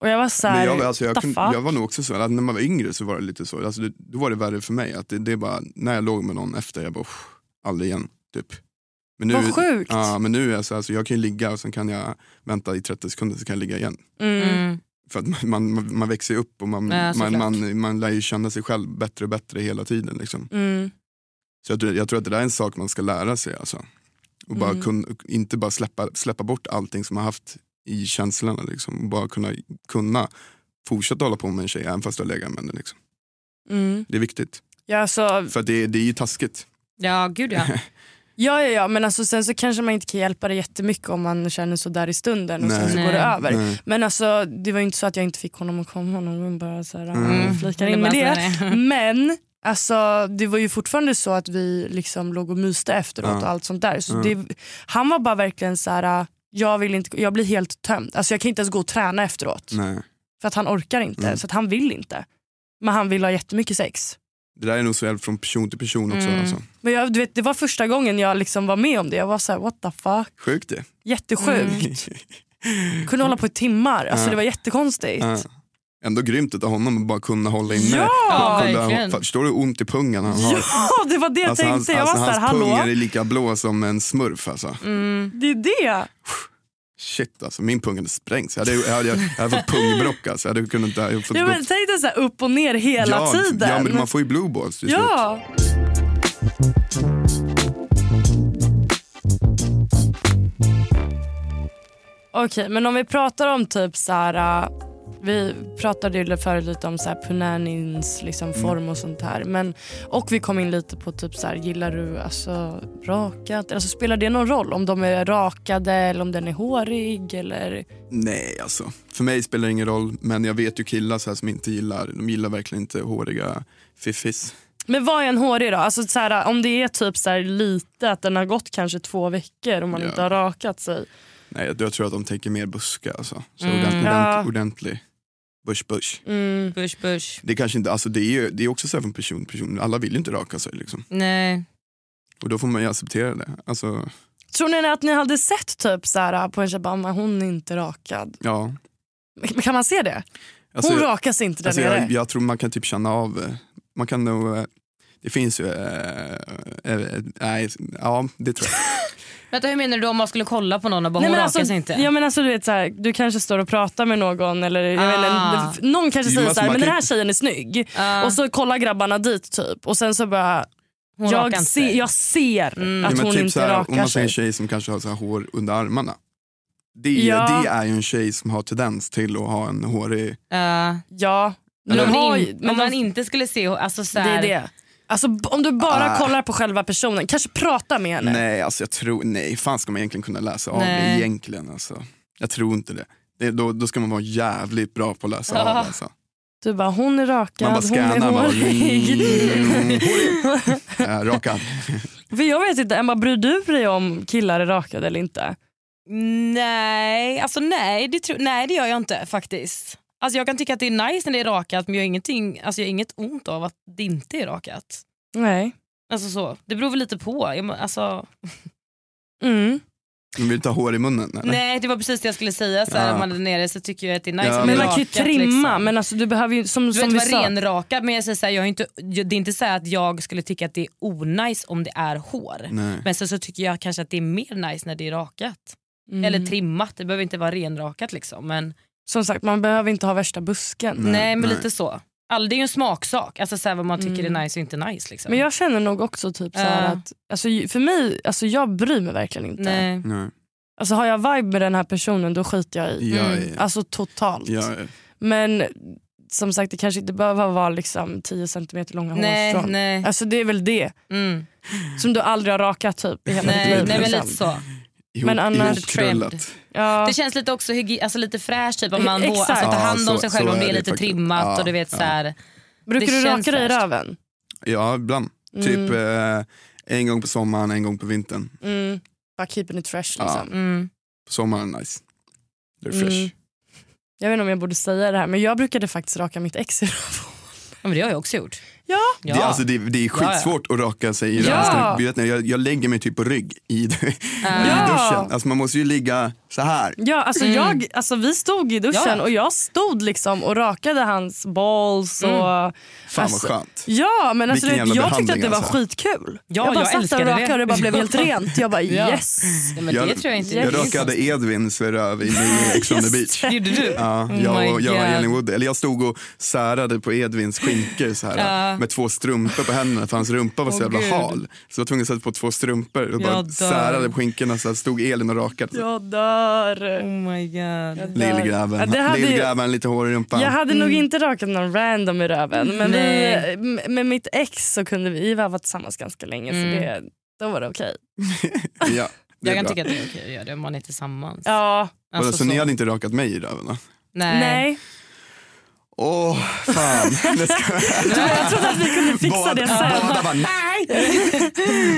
Speaker 6: Och jag var så
Speaker 1: Men
Speaker 6: här,
Speaker 1: jag, alltså, jag,
Speaker 6: "The
Speaker 1: kunde,
Speaker 6: fuck?"
Speaker 1: jag var nog också så att när man var yngre så var det lite så. Alltså, det, då var det värre för mig. Att det, det är bara, när jag låg med någon efter, jag bara "Uff, aldrig igen. Typ. Men nu,
Speaker 6: Vad sjukt.
Speaker 1: Ja, men nu är jag så alltså, jag kan ju ligga och sen kan jag vänta i 30 sekunder så kan jag ligga igen.
Speaker 6: Mm.
Speaker 1: För att man, man, man- man växer ju upp och man,
Speaker 6: Ja, såklart.
Speaker 1: man, man, man lär ju känna sig själv bättre och bättre hela tiden. Liksom.
Speaker 6: Mm.
Speaker 1: Så jag tror, jag tror att det där är en sak man ska lära sig. Alltså. Och bara
Speaker 6: Mm.
Speaker 1: kun, inte bara släppa, släppa bort allting som man haft i känslorna. Liksom. Och bara kunna, kunna fortsätta hålla på med en tjej även fast du har legat med henne. Liksom.
Speaker 6: Mm.
Speaker 1: Det är viktigt.
Speaker 6: Ja, alltså,
Speaker 1: För att det, det är ju taskigt.
Speaker 4: Ja, gud ja.
Speaker 6: ja, ja, ja, men alltså, sen så kanske man inte kan hjälpa det jättemycket om man känner så där i stunden och sen
Speaker 1: Nej.
Speaker 6: så går
Speaker 1: Nej.
Speaker 6: det över.
Speaker 1: Nej.
Speaker 6: Men alltså, det var ju inte så att jag inte fick honom att komma någon gång bara så här,
Speaker 1: Mm.
Speaker 6: flikar
Speaker 4: Det
Speaker 6: in med
Speaker 4: bara
Speaker 5: alltså,
Speaker 6: det.
Speaker 4: så här, nej.
Speaker 6: Men alltså, det var ju fortfarande så att vi liksom låg och myste efteråt
Speaker 4: Ja.
Speaker 6: och allt sånt där. Så
Speaker 4: Ja.
Speaker 6: det, han var bara verkligen så här, jag, vill inte, jag blir helt tömd. Alltså, jag kan inte ens gå och träna efteråt
Speaker 1: Nej.
Speaker 6: för att han orkar inte,
Speaker 1: Mm.
Speaker 6: så att han vill inte. Men han vill ha jättemycket sex.
Speaker 1: Det där är nog så jävla från person till person också.
Speaker 6: Mm.
Speaker 1: Alltså.
Speaker 6: Men jag, du vet, det var första gången jag liksom var med om det. Jag var så här, what the fuck.
Speaker 1: Sjukt det.
Speaker 6: Jättesjukt. Kunde hålla på i timmar. Alltså,
Speaker 1: Mm. Ja.
Speaker 6: Det var jättekonstigt.
Speaker 1: Ja. ändå grymt av honom att bara kunna hålla inne
Speaker 6: Ja,
Speaker 1: kunna,
Speaker 6: verkligen.
Speaker 1: Förstår du hur ont i pungen han har?
Speaker 6: Ja, det var det jag
Speaker 1: Alltså,
Speaker 6: tänkte.
Speaker 1: hans,
Speaker 6: jag
Speaker 1: alltså,
Speaker 6: var såhär,
Speaker 1: hans pung är
Speaker 6: hallå?
Speaker 1: lika blå som en smurf alltså.
Speaker 6: Det är det.
Speaker 1: Shit alltså, min pung hade sprängts. Jag hade, jag hade, jag hade fått pungbrock alltså. Jag hade kunnat, jag hade fått
Speaker 6: Jag
Speaker 1: gå-
Speaker 6: men, tänk dig såhär upp och ner hela
Speaker 1: ja,
Speaker 6: tiden.
Speaker 1: Ja, men man får ju blue balls till slut.
Speaker 6: Ja. Okej, men om vi pratar om typ så här... äh, vi pratade ju förut lite om så här punanins liksom form och sånt här. Men, och vi kom in lite på typ så här, gillar du alltså rakat? Alltså spelar det någon roll om de är rakade eller om den är hårig eller?
Speaker 1: Nej, alltså. För mig spelar det ingen roll, men jag vet ju killar så här som inte gillar, de gillar verkligen inte håriga fiffis.
Speaker 6: Men vad är en hårig då? Alltså så här, om det är typ så här lite att den har gått kanske två veckor och man
Speaker 1: Ja.
Speaker 6: inte har rakat sig.
Speaker 1: Nej, jag, jag tror att de tänker mer buska alltså. Så
Speaker 6: Mm.
Speaker 1: ordentlig,
Speaker 6: Ja.
Speaker 1: ordentlig bush bush.
Speaker 6: Mm.
Speaker 4: Bush bush.
Speaker 1: Det är kanske inte, alltså det är ju det är också så här från person till person, alla vill ju inte raka sig liksom.
Speaker 4: Nej.
Speaker 1: Och då får man ju acceptera det. Alltså,
Speaker 6: Tror ni att ni hade sett typ så här på en tjej, bara, "Men hon är inte rakad?
Speaker 1: ja.
Speaker 6: Men Kan man se det?
Speaker 1: Alltså,
Speaker 6: hon
Speaker 1: jag-
Speaker 6: rakas inte där
Speaker 1: Alltså,
Speaker 6: nere.
Speaker 1: jag, jag tror man kan typ känna av, eh, man kan nog, eh, det finns ju, eh, eh, eh, nej, ja det tror jag.
Speaker 4: Vänta, hur menar du om man skulle kolla på någon och bara hon rakar
Speaker 6: alltså,
Speaker 4: sig inte?
Speaker 6: Ja, men alltså, du, vet, så här, du kanske står och pratar med någon eller jag
Speaker 4: Ah. Ah.
Speaker 6: vet, inte, f- någon kanske
Speaker 4: Jo,
Speaker 6: säger
Speaker 4: alltså,
Speaker 6: så här,
Speaker 4: man
Speaker 6: men
Speaker 4: kan
Speaker 6: den här
Speaker 4: ju-
Speaker 6: tjejen är snygg och så kollar grabbarna dit typ och sen så bara
Speaker 4: Hon rakar
Speaker 6: jag,
Speaker 4: inte Mm.
Speaker 6: se, jag ser
Speaker 1: Ja,
Speaker 6: att
Speaker 1: men
Speaker 6: hon
Speaker 1: typ
Speaker 6: inte
Speaker 1: så här, Om
Speaker 6: rakar
Speaker 1: man ser en
Speaker 6: sig.
Speaker 1: tjej som kanske har så här hår under armarna. Det,
Speaker 6: Ja.
Speaker 1: det är ju en tjej som har tendens till att ha en hårig...
Speaker 4: Ja.
Speaker 6: ja.
Speaker 4: Men om,
Speaker 6: De
Speaker 4: det
Speaker 6: har
Speaker 4: in,
Speaker 6: ju-
Speaker 4: om
Speaker 6: de-
Speaker 4: man inte skulle se... Alltså, så
Speaker 6: Det är
Speaker 4: här,
Speaker 6: det. Alltså, b- om du bara
Speaker 1: Ah.
Speaker 6: kollar på själva personen, kanske prata med henne.
Speaker 1: Nej, alltså jag tror, nej, fan ska man egentligen kunna läsa av det
Speaker 6: Nej.
Speaker 1: egentligen? Alltså. Jag tror inte det. det då, då ska man vara jävligt bra på att läsa
Speaker 6: Ja.
Speaker 1: av. Alltså.
Speaker 6: Du bara, hon är rakad,
Speaker 1: Man bara
Speaker 6: hon är
Speaker 1: scannar, bara,
Speaker 6: hårig.
Speaker 1: mm, Äh, raka.
Speaker 6: För jag vet inte, Emma bryr du dig om killar är rakade eller inte?
Speaker 4: Nej, alltså nej det, tror- nej det gör jag inte faktiskt. Alltså jag kan tycka att det är nice när det är rakat men jag har, ingenting, alltså jag har inget ont av att det inte är rakat.
Speaker 6: Nej.
Speaker 4: Alltså så, det beror väl lite på. Jag, men- alltså,
Speaker 6: Mm.
Speaker 1: Du vill ta hår i munnen? Eller?
Speaker 4: nej det var precis det jag skulle säga, så
Speaker 1: Ja.
Speaker 4: här, om man är nere så tycker jag att det är nice
Speaker 1: Ja,
Speaker 4: om det
Speaker 1: men-
Speaker 4: är
Speaker 6: Man kan ju
Speaker 4: rakat.
Speaker 6: trimma
Speaker 4: liksom.
Speaker 6: men alltså, du behöver ju som,
Speaker 4: Du
Speaker 6: som
Speaker 4: behöver
Speaker 6: vi
Speaker 4: inte vara
Speaker 6: sa.
Speaker 4: renrakad men jag säger så här, jag är inte, jag, det är inte så här att jag skulle tycka att det är onajs om det är hår.
Speaker 6: Nej.
Speaker 4: Men sen så tycker jag kanske att det är mer nice när det är rakat.
Speaker 6: Mm.
Speaker 4: Eller trimmat, det behöver inte vara renrakat liksom. Men
Speaker 6: Som sagt man behöver inte ha värsta busken.
Speaker 4: Nej, men lite så. All, det är ju en smaksak, alltså så här, vad man tycker
Speaker 6: Mm.
Speaker 4: är nice och inte nice. Liksom.
Speaker 6: Men jag känner nog också typ så här
Speaker 4: Ja.
Speaker 6: att, alltså, ju- för mig, alltså, jag bryr mig verkligen inte.
Speaker 4: Nej.
Speaker 1: Nej.
Speaker 6: Alltså har jag vibe med den här personen då skiter jag i.
Speaker 1: Ja, Mm. ja.
Speaker 6: Alltså totalt.
Speaker 1: Ja, ja.
Speaker 6: Men som sagt det kanske inte behöver vara liksom 10 centimeter långa
Speaker 4: Nej,
Speaker 6: hårstrån.
Speaker 4: nej. Mm.
Speaker 6: Alltså det är väl det. Som du aldrig har rakat typ i hela ditt
Speaker 4: nej,
Speaker 6: liv.
Speaker 4: nej men
Speaker 6: liksom.
Speaker 4: lite så.
Speaker 6: Men annars...
Speaker 1: Ihopkrullat.
Speaker 6: Ja.
Speaker 4: Det känns lite också hygi- alltså lite fräscht typ, om man
Speaker 6: Exakt.
Speaker 4: vår, alltså, tar
Speaker 1: Ja,
Speaker 4: hand om
Speaker 1: så-
Speaker 4: sig
Speaker 1: så
Speaker 4: själv om
Speaker 1: är
Speaker 4: det är
Speaker 1: det
Speaker 4: lite
Speaker 1: faktiskt.
Speaker 4: trimmat
Speaker 1: Ja,
Speaker 4: och du vet
Speaker 1: ja.
Speaker 4: så här.
Speaker 6: Brukar
Speaker 4: det
Speaker 6: du
Speaker 4: känns
Speaker 6: raka dig i
Speaker 4: fräscht.
Speaker 6: röven?
Speaker 1: Ja, ibland.
Speaker 6: Mm.
Speaker 1: Typ eh, en gång på sommaren, en gång på vintern.
Speaker 6: Mm. Bara keeping it fresh
Speaker 1: Ja.
Speaker 6: liksom.
Speaker 4: Mm.
Speaker 1: På sommaren, nice. Det är fresh.
Speaker 6: Mm. Jag vet inte om jag borde säga det här men jag brukade faktiskt raka mitt ex i rövhålet.
Speaker 4: Ja, men det har jag också gjort.
Speaker 6: Ja.
Speaker 1: Det, alltså, det, det är skitsvårt att raka sig i
Speaker 6: Ja.
Speaker 1: röven. Vet ni, Jag, jag lägger mig typ på rygg i, i
Speaker 4: Ah.
Speaker 1: duschen. Alltså, man måste ju ligga så här.
Speaker 6: Ja, alltså
Speaker 1: Mm.
Speaker 6: jag, alltså vi stod i duschen
Speaker 1: Ja.
Speaker 6: och jag stod liksom och rakade hans balls. Och,
Speaker 1: Mm. Fan, vad
Speaker 6: alltså,
Speaker 1: skönt.
Speaker 6: Ja, men alltså,
Speaker 1: Vilken
Speaker 6: du
Speaker 1: jävla
Speaker 6: vet, jag tyckte att
Speaker 1: behandling,
Speaker 6: det var
Speaker 1: alltså.
Speaker 6: skitkul.
Speaker 4: Ja,
Speaker 6: jag bara
Speaker 4: jag
Speaker 6: satt där och
Speaker 4: älskade
Speaker 6: rakade och det bara blev
Speaker 4: det.
Speaker 6: helt rent. Jag bara
Speaker 4: Ja.
Speaker 6: yes.
Speaker 4: Ja, men det tror jag inte.
Speaker 1: jag
Speaker 4: Det är
Speaker 1: rakade Edvins röv i New Ex on the Beach.
Speaker 4: det. Gjorde du?
Speaker 1: Ja,
Speaker 4: Oh
Speaker 1: jag, och,
Speaker 4: my
Speaker 1: jag och
Speaker 4: God.
Speaker 1: Elin Wood, eller jag stod och särade på Edvins skinkor så här,
Speaker 4: Ja.
Speaker 1: med två strumpor på händerna för hans rumpa var så
Speaker 4: Åh,
Speaker 1: jävla
Speaker 4: Gud.
Speaker 1: hal. Så jag var tvungen att sätta på två strumpor och
Speaker 6: Jag
Speaker 1: bara
Speaker 6: dör.
Speaker 1: särade på skinkorna så här, stod Elin och rakade. Så.
Speaker 6: Jag dör.
Speaker 4: Oh my god.
Speaker 6: Ja,
Speaker 1: Lillgräven,
Speaker 6: det hade ju-
Speaker 1: Lillgräven lite hår i rumpan.
Speaker 6: Jag hade nog inte rakat någon random i röven men vi,
Speaker 1: Nej.
Speaker 6: m- med mitt ex så kunde vi, vi har varit tillsammans ganska länge så
Speaker 4: Mm.
Speaker 6: det, då var det okej.
Speaker 1: Ja, det är
Speaker 4: Jag kan
Speaker 1: bra.
Speaker 4: tycka att det är okej att göra det om man är tillsammans. Alltså
Speaker 6: Ja.
Speaker 1: Vadå, så, ni hade inte rakat mig i röven? va?
Speaker 4: Nej.
Speaker 6: Nej.
Speaker 1: Åh, fan. Jag skojar.
Speaker 6: Jag trodde att vi kunde fixa
Speaker 1: Båda-
Speaker 6: det sen.
Speaker 1: båda bara,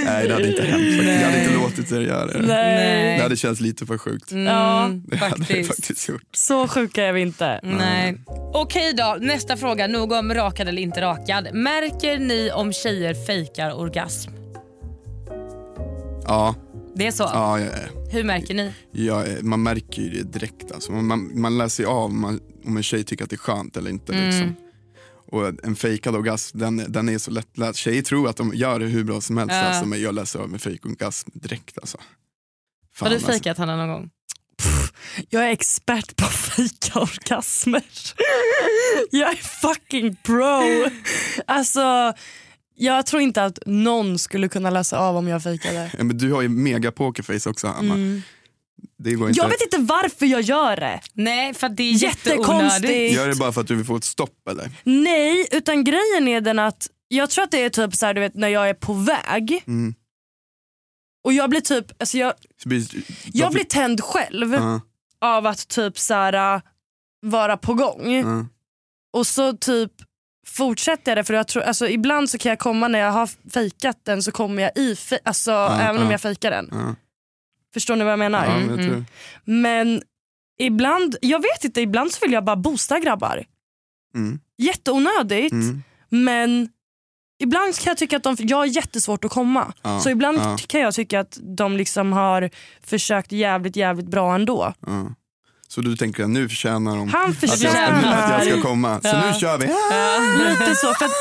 Speaker 1: Nej, det hade inte hänt. faktiskt. Jag hade inte låtit er göra det.
Speaker 6: Nej.
Speaker 1: Det hade känts lite för sjukt.
Speaker 6: Ja,
Speaker 1: det hade jag
Speaker 4: faktiskt.
Speaker 1: faktiskt gjort.
Speaker 6: Så sjuka är vi inte.
Speaker 4: Nej. Okej då, nästa fråga. Nog om rakad eller inte rakad. Märker ni om tjejer fejkar orgasm?
Speaker 1: Ja.
Speaker 4: Det är så?
Speaker 1: Ja, ja, ja.
Speaker 4: Hur märker ni?
Speaker 1: Ja, eh, man märker ju det direkt. Alltså. Man, man, man läser ju av man, om en tjej tycker att det är skönt eller inte.
Speaker 6: Mm.
Speaker 1: Liksom. Och en fejkad orgasm, den, den är så lättläst. Tjejer tror att de gör det hur bra som helst,
Speaker 4: Ja.
Speaker 1: alltså, men jag läser av med fejkorgasm direkt. Alltså.
Speaker 4: Har du
Speaker 1: alltså.
Speaker 4: fejkat Hanna någon gång?
Speaker 6: Jag är expert på fejka orgasmer. Jag är fucking pro. Alltså, jag tror inte att någon skulle kunna läsa av om jag fejkade.
Speaker 1: Ja, men du har ju mega pokerface också, Hanna.
Speaker 6: Mm.
Speaker 1: Det går inte.
Speaker 6: Jag vet inte varför jag gör det.
Speaker 4: Nej, för det är
Speaker 6: jättekonstigt.
Speaker 1: Gör det bara för att du vill få ett stopp eller?
Speaker 6: Nej, utan grejen är den att jag tror att det är typ så här, du vet när jag är på väg
Speaker 1: Mm.
Speaker 6: och jag blir typ, alltså jag,
Speaker 1: Så blir-
Speaker 6: jag blir tänd själv
Speaker 1: Ja.
Speaker 6: av att typ så här, äh, vara på gång.
Speaker 1: Ja.
Speaker 6: Och så typ fortsätter jag det för jag tror, alltså ibland så kan jag komma när jag har fejkat den så kommer jag i, fe- alltså även om
Speaker 1: ja.
Speaker 6: jag fejkar den.
Speaker 1: Ja.
Speaker 6: Förstår ni vad jag menar?
Speaker 1: Ja, men jag tror det.
Speaker 6: Men ibland, jag vet inte, ibland så vill jag bara boosta grabbar.
Speaker 1: Mm.
Speaker 6: Jätteonödigt
Speaker 1: Mm.
Speaker 6: men ibland kan jag tycka att de, jag har jättesvårt att komma.
Speaker 1: Ja,
Speaker 6: Så ibland
Speaker 1: ja.
Speaker 6: kan jag tycka att de liksom har försökt jävligt jävligt bra ändå.
Speaker 1: Ja. Så du tänker att nu förtjänar de
Speaker 6: Han
Speaker 1: Mm. Att, jag, att
Speaker 6: förtjänar.
Speaker 1: jag ska komma. Så
Speaker 6: Ja.
Speaker 1: nu kör vi.
Speaker 6: Lite så, för att,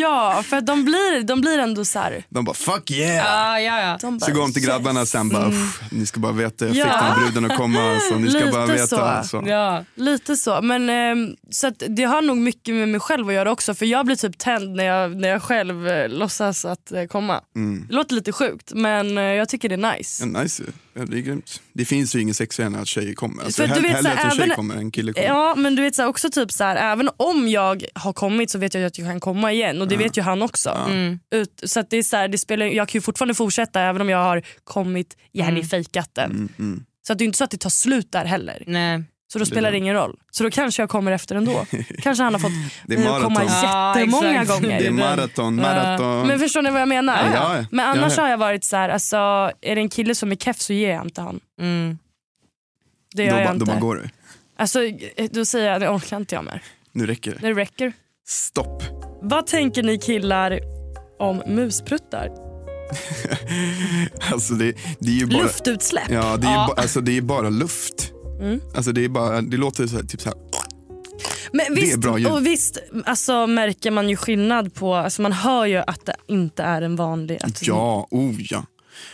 Speaker 6: ja för att de blir, de blir ändå så här.
Speaker 1: De bara fuck yeah.
Speaker 4: ja, ja.
Speaker 6: De
Speaker 1: Så går de till grabbarna och sen bara,
Speaker 6: Mm.
Speaker 1: "Uff, ni ska bara veta, jag
Speaker 6: Ja.
Speaker 1: fick den bruden att komma. Så ni ska
Speaker 6: Lite
Speaker 1: bara
Speaker 6: så.
Speaker 1: veta. alltså." Så.
Speaker 4: Ja.
Speaker 6: Lite så. Men, ehm, så att det har nog mycket med mig själv att göra också för jag blir typ tänd när jag, när jag själv eh, låtsas att eh, komma.
Speaker 1: Mm.
Speaker 6: Det låter lite sjukt men eh, jag tycker det är nice.
Speaker 1: Ja, nice. Ja, det är grymt. Det finns ju ingen sexigare än att tjejer kommer. Alltså,
Speaker 6: För
Speaker 1: hell-
Speaker 6: du vet,
Speaker 1: hellre
Speaker 6: så
Speaker 1: att en tjej
Speaker 6: även-
Speaker 1: kommer än en kille kommer.
Speaker 6: Ja men du vet så här, också typ så här, även om jag har kommit så vet jag ju att jag kan komma igen och det vet ju han också.
Speaker 4: Mm.
Speaker 6: Ut, så att det är så här, det spelar, jag kan ju fortfarande fortsätta även om jag har kommit, jag hade
Speaker 4: Mm.
Speaker 6: fejkat den.
Speaker 1: mm.
Speaker 6: Så att det är inte så att det tar slut där heller.
Speaker 4: Nej.
Speaker 6: Så då spelar det ingen roll. Så då kanske jag kommer efter ändå. kanske han har fått
Speaker 1: Det är
Speaker 6: mig att
Speaker 1: maraton.
Speaker 6: komma jättemånga
Speaker 1: Ja, exakt.
Speaker 6: gånger.
Speaker 1: Det är maraton, maraton.
Speaker 6: Ja. Men förstår ni vad jag menar?
Speaker 1: Ja, ja.
Speaker 6: Men
Speaker 1: Ja,
Speaker 6: annars
Speaker 1: ja.
Speaker 6: har jag varit så här, alltså, är det en kille som är keff så ger jag inte han. Det gör
Speaker 1: då,
Speaker 6: jag
Speaker 1: ba-
Speaker 6: inte.
Speaker 1: då bara går du.
Speaker 6: Alltså, då säger jag, det orkar inte jag mer.
Speaker 1: Nu räcker det.
Speaker 6: Det räcker.
Speaker 1: Stopp.
Speaker 6: Vad tänker ni killar om muspruttar?
Speaker 1: Alltså, det, det är ju bara...
Speaker 6: Luftutsläpp.
Speaker 1: Ja, det är, ju
Speaker 6: Ja.
Speaker 1: ba- alltså, det är bara luft.
Speaker 6: Mm.
Speaker 1: Alltså, det, är bara, det låter så här, typ så här.
Speaker 6: Men
Speaker 1: Det är
Speaker 6: visst,
Speaker 1: bra ljud.
Speaker 6: och visst alltså, märker man ju skillnad på, alltså, man hör ju att det inte är en vanlig. Att,
Speaker 1: Ja, oh ja.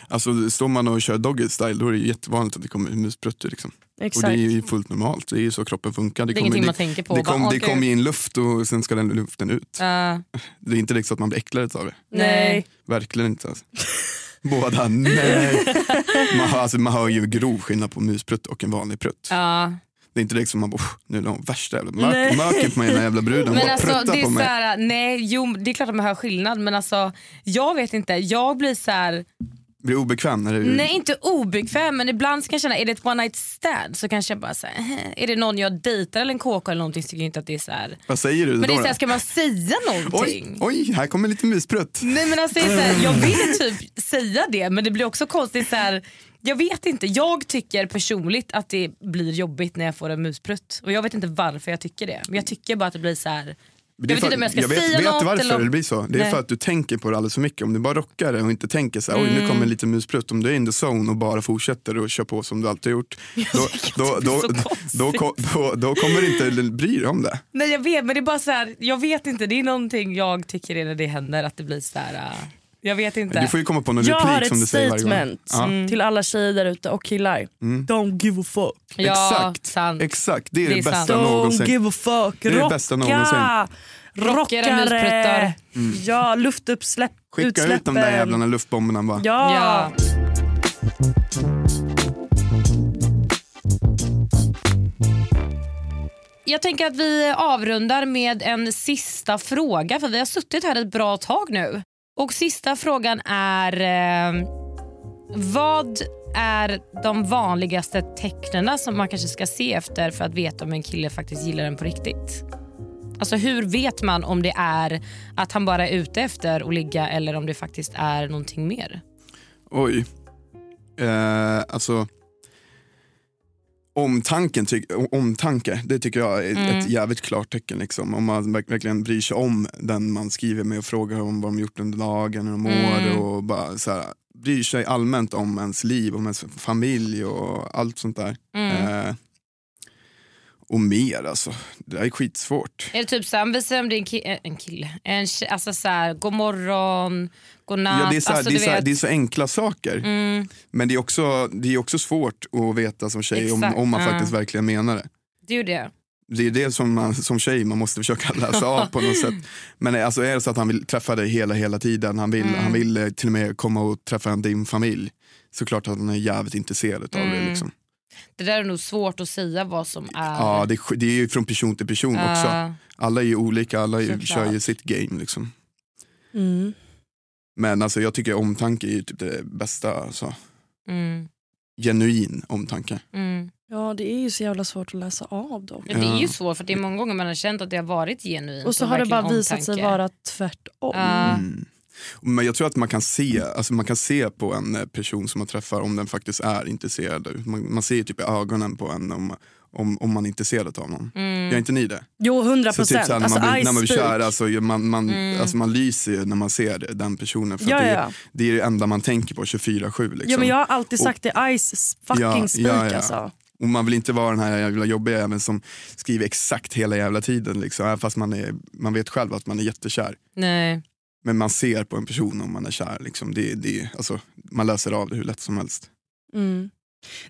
Speaker 1: Alltså, står man och kör doggy style då är det ju jättevanligt att det kommer muspruttor. Liksom. Och
Speaker 6: Exakt.
Speaker 1: det är ju fullt normalt. Det är ju så kroppen funkar.
Speaker 4: Det är
Speaker 1: kommer-
Speaker 4: ingenting man tänker på.
Speaker 1: Det
Speaker 4: Bara,
Speaker 1: kommer
Speaker 4: åh,
Speaker 1: det
Speaker 4: gud.
Speaker 1: kommer in luft och sen ska den luften ut.
Speaker 4: Ja.
Speaker 1: Det är inte liksom att man blir äcklad av det.
Speaker 4: Nej.
Speaker 1: Verkligen inte. Alltså. Båda, nej. Man hör, alltså, man hör ju grov skillnad på musprutt och en vanlig prutt.
Speaker 4: Ja.
Speaker 1: Det är inte liksom man bara, "Uff, nu är de värsta jävla mörk,
Speaker 4: Nej.
Speaker 1: mörker på mig, den här jävla bruden. Hon
Speaker 4: Men
Speaker 1: bara
Speaker 4: alltså,
Speaker 1: pruttar
Speaker 4: det är
Speaker 1: på
Speaker 4: så
Speaker 1: mig.
Speaker 4: här, nej, jo, det är klart att man hör skillnad men alltså, jag vet inte. Jag blir så
Speaker 1: Mm.
Speaker 4: här,
Speaker 1: Blir obekväm när det är
Speaker 4: nej inte obekväm men ibland så kan jag känna, är det ett one night stand så kanske jag bara så här, "Eh, är det någon jag dejtar eller en KK eller någonting så tycker jag inte att det är så här.
Speaker 1: Vad säger du
Speaker 4: Men det
Speaker 1: då?
Speaker 4: är så här,
Speaker 1: då?
Speaker 4: ska man säga någonting?
Speaker 1: Oj, oj, här kommer lite musprutt.
Speaker 4: Nej men alltså det är så här, jag vill typ säga det men det blir också konstigt så här. Jag vet inte, jag tycker personligt att det blir jobbigt när jag får en musprutt och jag vet inte varför jag tycker det. Men jag tycker bara att det blir så här.
Speaker 1: Men
Speaker 4: Jag
Speaker 1: det är
Speaker 4: vet
Speaker 1: för-
Speaker 4: inte om jag ska
Speaker 1: vet,
Speaker 4: säga
Speaker 1: vet
Speaker 4: något
Speaker 1: du varför
Speaker 4: eller om-
Speaker 1: det blir så? Det är
Speaker 4: Nej.
Speaker 1: för att du tänker på det alldeles för mycket. Om du bara rockar det och inte tänker så här, oj nu
Speaker 4: Mm.
Speaker 1: kommer en liten musprutt. Om du är in the zone och bara fortsätter och kör på som du alltid gjort. Då, då, då, då, då, då, då kommer du inte bry dig om det.
Speaker 4: Nej jag vet men det är bara så här, jag vet inte, det är någonting jag tycker är när det händer att det blir så här. äh, jag vet inte.
Speaker 1: Du får ju komma på någon
Speaker 6: jag har
Speaker 1: replik som
Speaker 6: ett
Speaker 1: du säger varje gång.
Speaker 6: statement
Speaker 1: Ja.
Speaker 6: mm, till alla tjejer där ute och killar.
Speaker 1: Mm.
Speaker 6: Don't give a fuck.
Speaker 1: Exakt, exakt, det är det, bästa
Speaker 6: Don't
Speaker 1: någonsin.
Speaker 6: give a fuck.
Speaker 1: Det är det
Speaker 6: Rocka!
Speaker 1: bästa någonsin.
Speaker 4: Rockera
Speaker 6: Rockare!
Speaker 4: muspruttar.
Speaker 6: Ja, luftutsläpp.
Speaker 1: Skicka ut de där
Speaker 6: utsläppen.
Speaker 1: jävlarna luftbomberna bara.
Speaker 6: Ja.
Speaker 4: Jag tänker att vi avrundar med en sista fråga för vi har suttit här ett bra tag nu. Och sista frågan är eh, vad är de vanligaste tecknena som man kanske ska se efter för att veta om en kille faktiskt gillar en på riktigt? Alltså hur vet man om det är att han bara är ute efter att ligga eller om det faktiskt är någonting mer?
Speaker 1: Oj. Eh, alltså, omtanken ty- omtanke, det tycker jag är
Speaker 4: Mm.
Speaker 1: ett jävligt klart tecken. Liksom. Om man verk- verkligen bryr sig om den man skriver med och frågar om vad de gjort under dagen och de
Speaker 4: Mm.
Speaker 1: mår och bara så här, bryr sig allmänt om ens liv, om ens familj och allt sånt där.
Speaker 4: Mm.
Speaker 1: Eh, Och mer alltså. Det där är skitsvårt.
Speaker 4: Är det typ såhär, vi säger om det är en, ki- eh, en kille, en tje- alltså såhär, god morgon, god natt.
Speaker 1: Ja, det, är så här,
Speaker 4: alltså,
Speaker 1: det, är
Speaker 4: du
Speaker 1: så här,
Speaker 4: vet.
Speaker 1: det är så enkla saker.
Speaker 4: Mm.
Speaker 1: Men det är, också, det är också svårt att veta som tjej om,
Speaker 4: Exakt,
Speaker 1: om man
Speaker 4: ja.
Speaker 1: faktiskt verkligen menar det.
Speaker 4: Det är ju det.
Speaker 1: Det är det som man som tjej man måste försöka läsa av på något sätt. Men alltså, är det så att han vill träffa dig hela hela tiden, han vill,
Speaker 4: Mm.
Speaker 1: han vill eh, till och med komma och träffa din familj. Såklart att han är jävligt intresserad av
Speaker 4: Mm.
Speaker 1: det. Liksom.
Speaker 4: Det där är nog svårt att säga vad som är. eh,
Speaker 1: Ja, det, är sk- det är ju från person till person
Speaker 4: Ja.
Speaker 1: också. Alla är ju olika, alla är ju,
Speaker 4: Såklart.
Speaker 1: kör ju sitt game. Liksom.
Speaker 12: Mm.
Speaker 1: Men alltså, jag tycker omtanke är ju typ det bästa. Alltså.
Speaker 4: Mm.
Speaker 1: Genuin omtanke.
Speaker 4: Mm.
Speaker 6: Ja, det är ju så jävla svårt att läsa av dock.
Speaker 4: Ja, det är ju svårt för det är många gånger man har känt att det har varit genuint.
Speaker 6: Och så har det bara
Speaker 4: verkligen
Speaker 6: visat sig
Speaker 4: omtanke.
Speaker 6: vara tvärtom.
Speaker 4: Ja.
Speaker 1: Mm. Men jag tror att man kan se, alltså man kan se på en eh, person som man träffar om den faktiskt är intresserad. Man, man ser ju typ i ögonen på en om, om, om man är intresserad av någon.
Speaker 6: Mm.
Speaker 1: Gör inte ni det?
Speaker 6: Jo, 100%.
Speaker 1: Så typ såhär, när,
Speaker 6: Alltså,
Speaker 1: man blir, när man blir
Speaker 6: ice
Speaker 1: kär, alltså, ju- man, man,
Speaker 6: Mm.
Speaker 1: alltså, man lyser ju när man ser det, den personen. För
Speaker 6: Ja,
Speaker 1: att det,
Speaker 6: ja.
Speaker 1: är, det är det enda man tänker på 24-7. Liksom.
Speaker 6: Ja, men jag har alltid
Speaker 1: Och-
Speaker 6: sagt det, ice fucking speak alltså.
Speaker 1: Och man vill inte vara den här jävla jobbiga även som skriver exakt hela jävla tiden. Liksom. Även fast man, är, man vet själv att man är jättekär.
Speaker 4: Nej.
Speaker 1: Men man ser på en person om man är kär. Liksom. Det, det, alltså, man läser av det hur lätt som helst.
Speaker 6: Mm.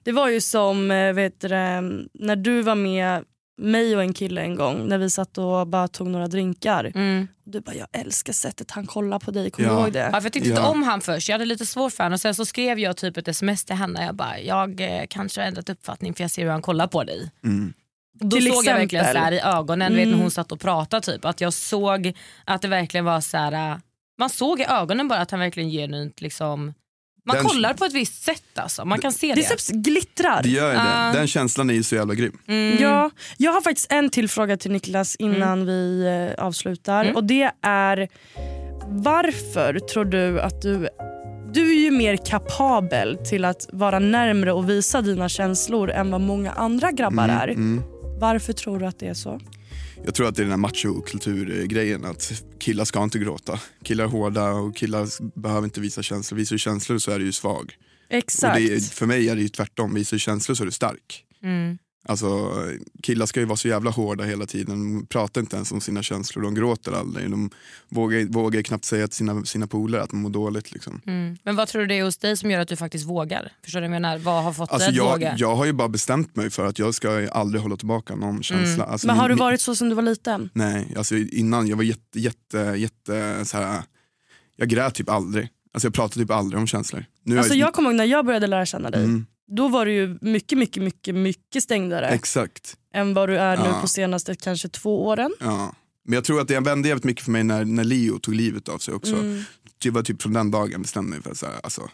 Speaker 6: Det var ju som eh, vet du, det, när du var med mig och en kille en gång när vi satt och bara tog några drinkar. Och Du bara, jag älskar sättet han kollar på dig, kommer du ihåg det?
Speaker 4: Ja, för jag tyckte inte om han först, jag hade lite svårt för honom. Och sen så skrev jag typ ett sms till henne, jag bara, jag eh, kanske har ändrat uppfattning för jag ser hur han kollar på dig.
Speaker 1: Mm.
Speaker 4: Då
Speaker 6: Till
Speaker 4: såg jag
Speaker 6: exempel.
Speaker 4: verkligen så här i ögonen, vet
Speaker 6: Mm.
Speaker 4: när hon satt och pratade typ, att jag såg att det verkligen var så här. äh, man såg i ögonen bara att han verkligen genuint liksom, man
Speaker 1: Den-
Speaker 4: kollar på ett visst sätt alltså, man kan se det.
Speaker 6: Det är typ glittrar.
Speaker 1: Det gör ju
Speaker 6: Ah.
Speaker 1: det. Den känslan är ju så jävla grym.
Speaker 4: Mm.
Speaker 6: Ja, jag har faktiskt en till fråga till Niklas innan
Speaker 1: Mm.
Speaker 6: vi eh, avslutar. Och det är varför tror du att du... Du är ju mer kapabel till att vara närmre och visa dina känslor än vad många andra grabbar
Speaker 1: Mm,
Speaker 6: är.
Speaker 1: mm.
Speaker 6: Varför tror du att det är så?
Speaker 1: Jag tror att det är den här machokulturgrejen att killar ska inte gråta. Killar är hårda och killar s- behöver inte visa känslor. Visar du känslor så är du ju svag.
Speaker 6: Exakt.
Speaker 1: Och det är, för mig är det ju tvärtom. Visar du känslor så är du stark.
Speaker 4: Mm.
Speaker 1: Alltså, killar ska ju vara så jävla hårda hela tiden. De pratar inte ens om sina känslor. De gråter aldrig. De vågar, vågar knappt säga till sina, sina polare att de mår dåligt. Liksom.
Speaker 4: Mm. Men vad tror du det är hos dig som gör att du faktiskt vågar? Förstår du vad jag menar? Vad har fått
Speaker 1: Alltså
Speaker 4: dig att
Speaker 1: jag,
Speaker 4: våga?
Speaker 1: jag har ju bara bestämt mig för att jag ska ju aldrig hålla tillbaka någon känsla. Alltså
Speaker 6: Mm. Men
Speaker 1: min-
Speaker 6: har du
Speaker 1: min-
Speaker 6: varit så som du var liten?
Speaker 1: Nej, alltså innan jag var jätte, jätte, jätte så här, jag grät typ aldrig. Alltså jag pratade typ aldrig om känslor. Nu har
Speaker 6: Alltså jag kommer ihåg när jag började lära känna dig.
Speaker 1: Mm.
Speaker 6: Då var du ju mycket, mycket, mycket, mycket stängdare
Speaker 1: Exakt.
Speaker 6: än vad du är nu
Speaker 1: Ja.
Speaker 6: på senaste kanske två åren.
Speaker 1: Ja. Men jag tror att det vände jävligt mycket för mig när, när Leo tog livet av sig också.
Speaker 6: Mm.
Speaker 1: Det var typ från den dagen bestämde jag mig för så här, alltså,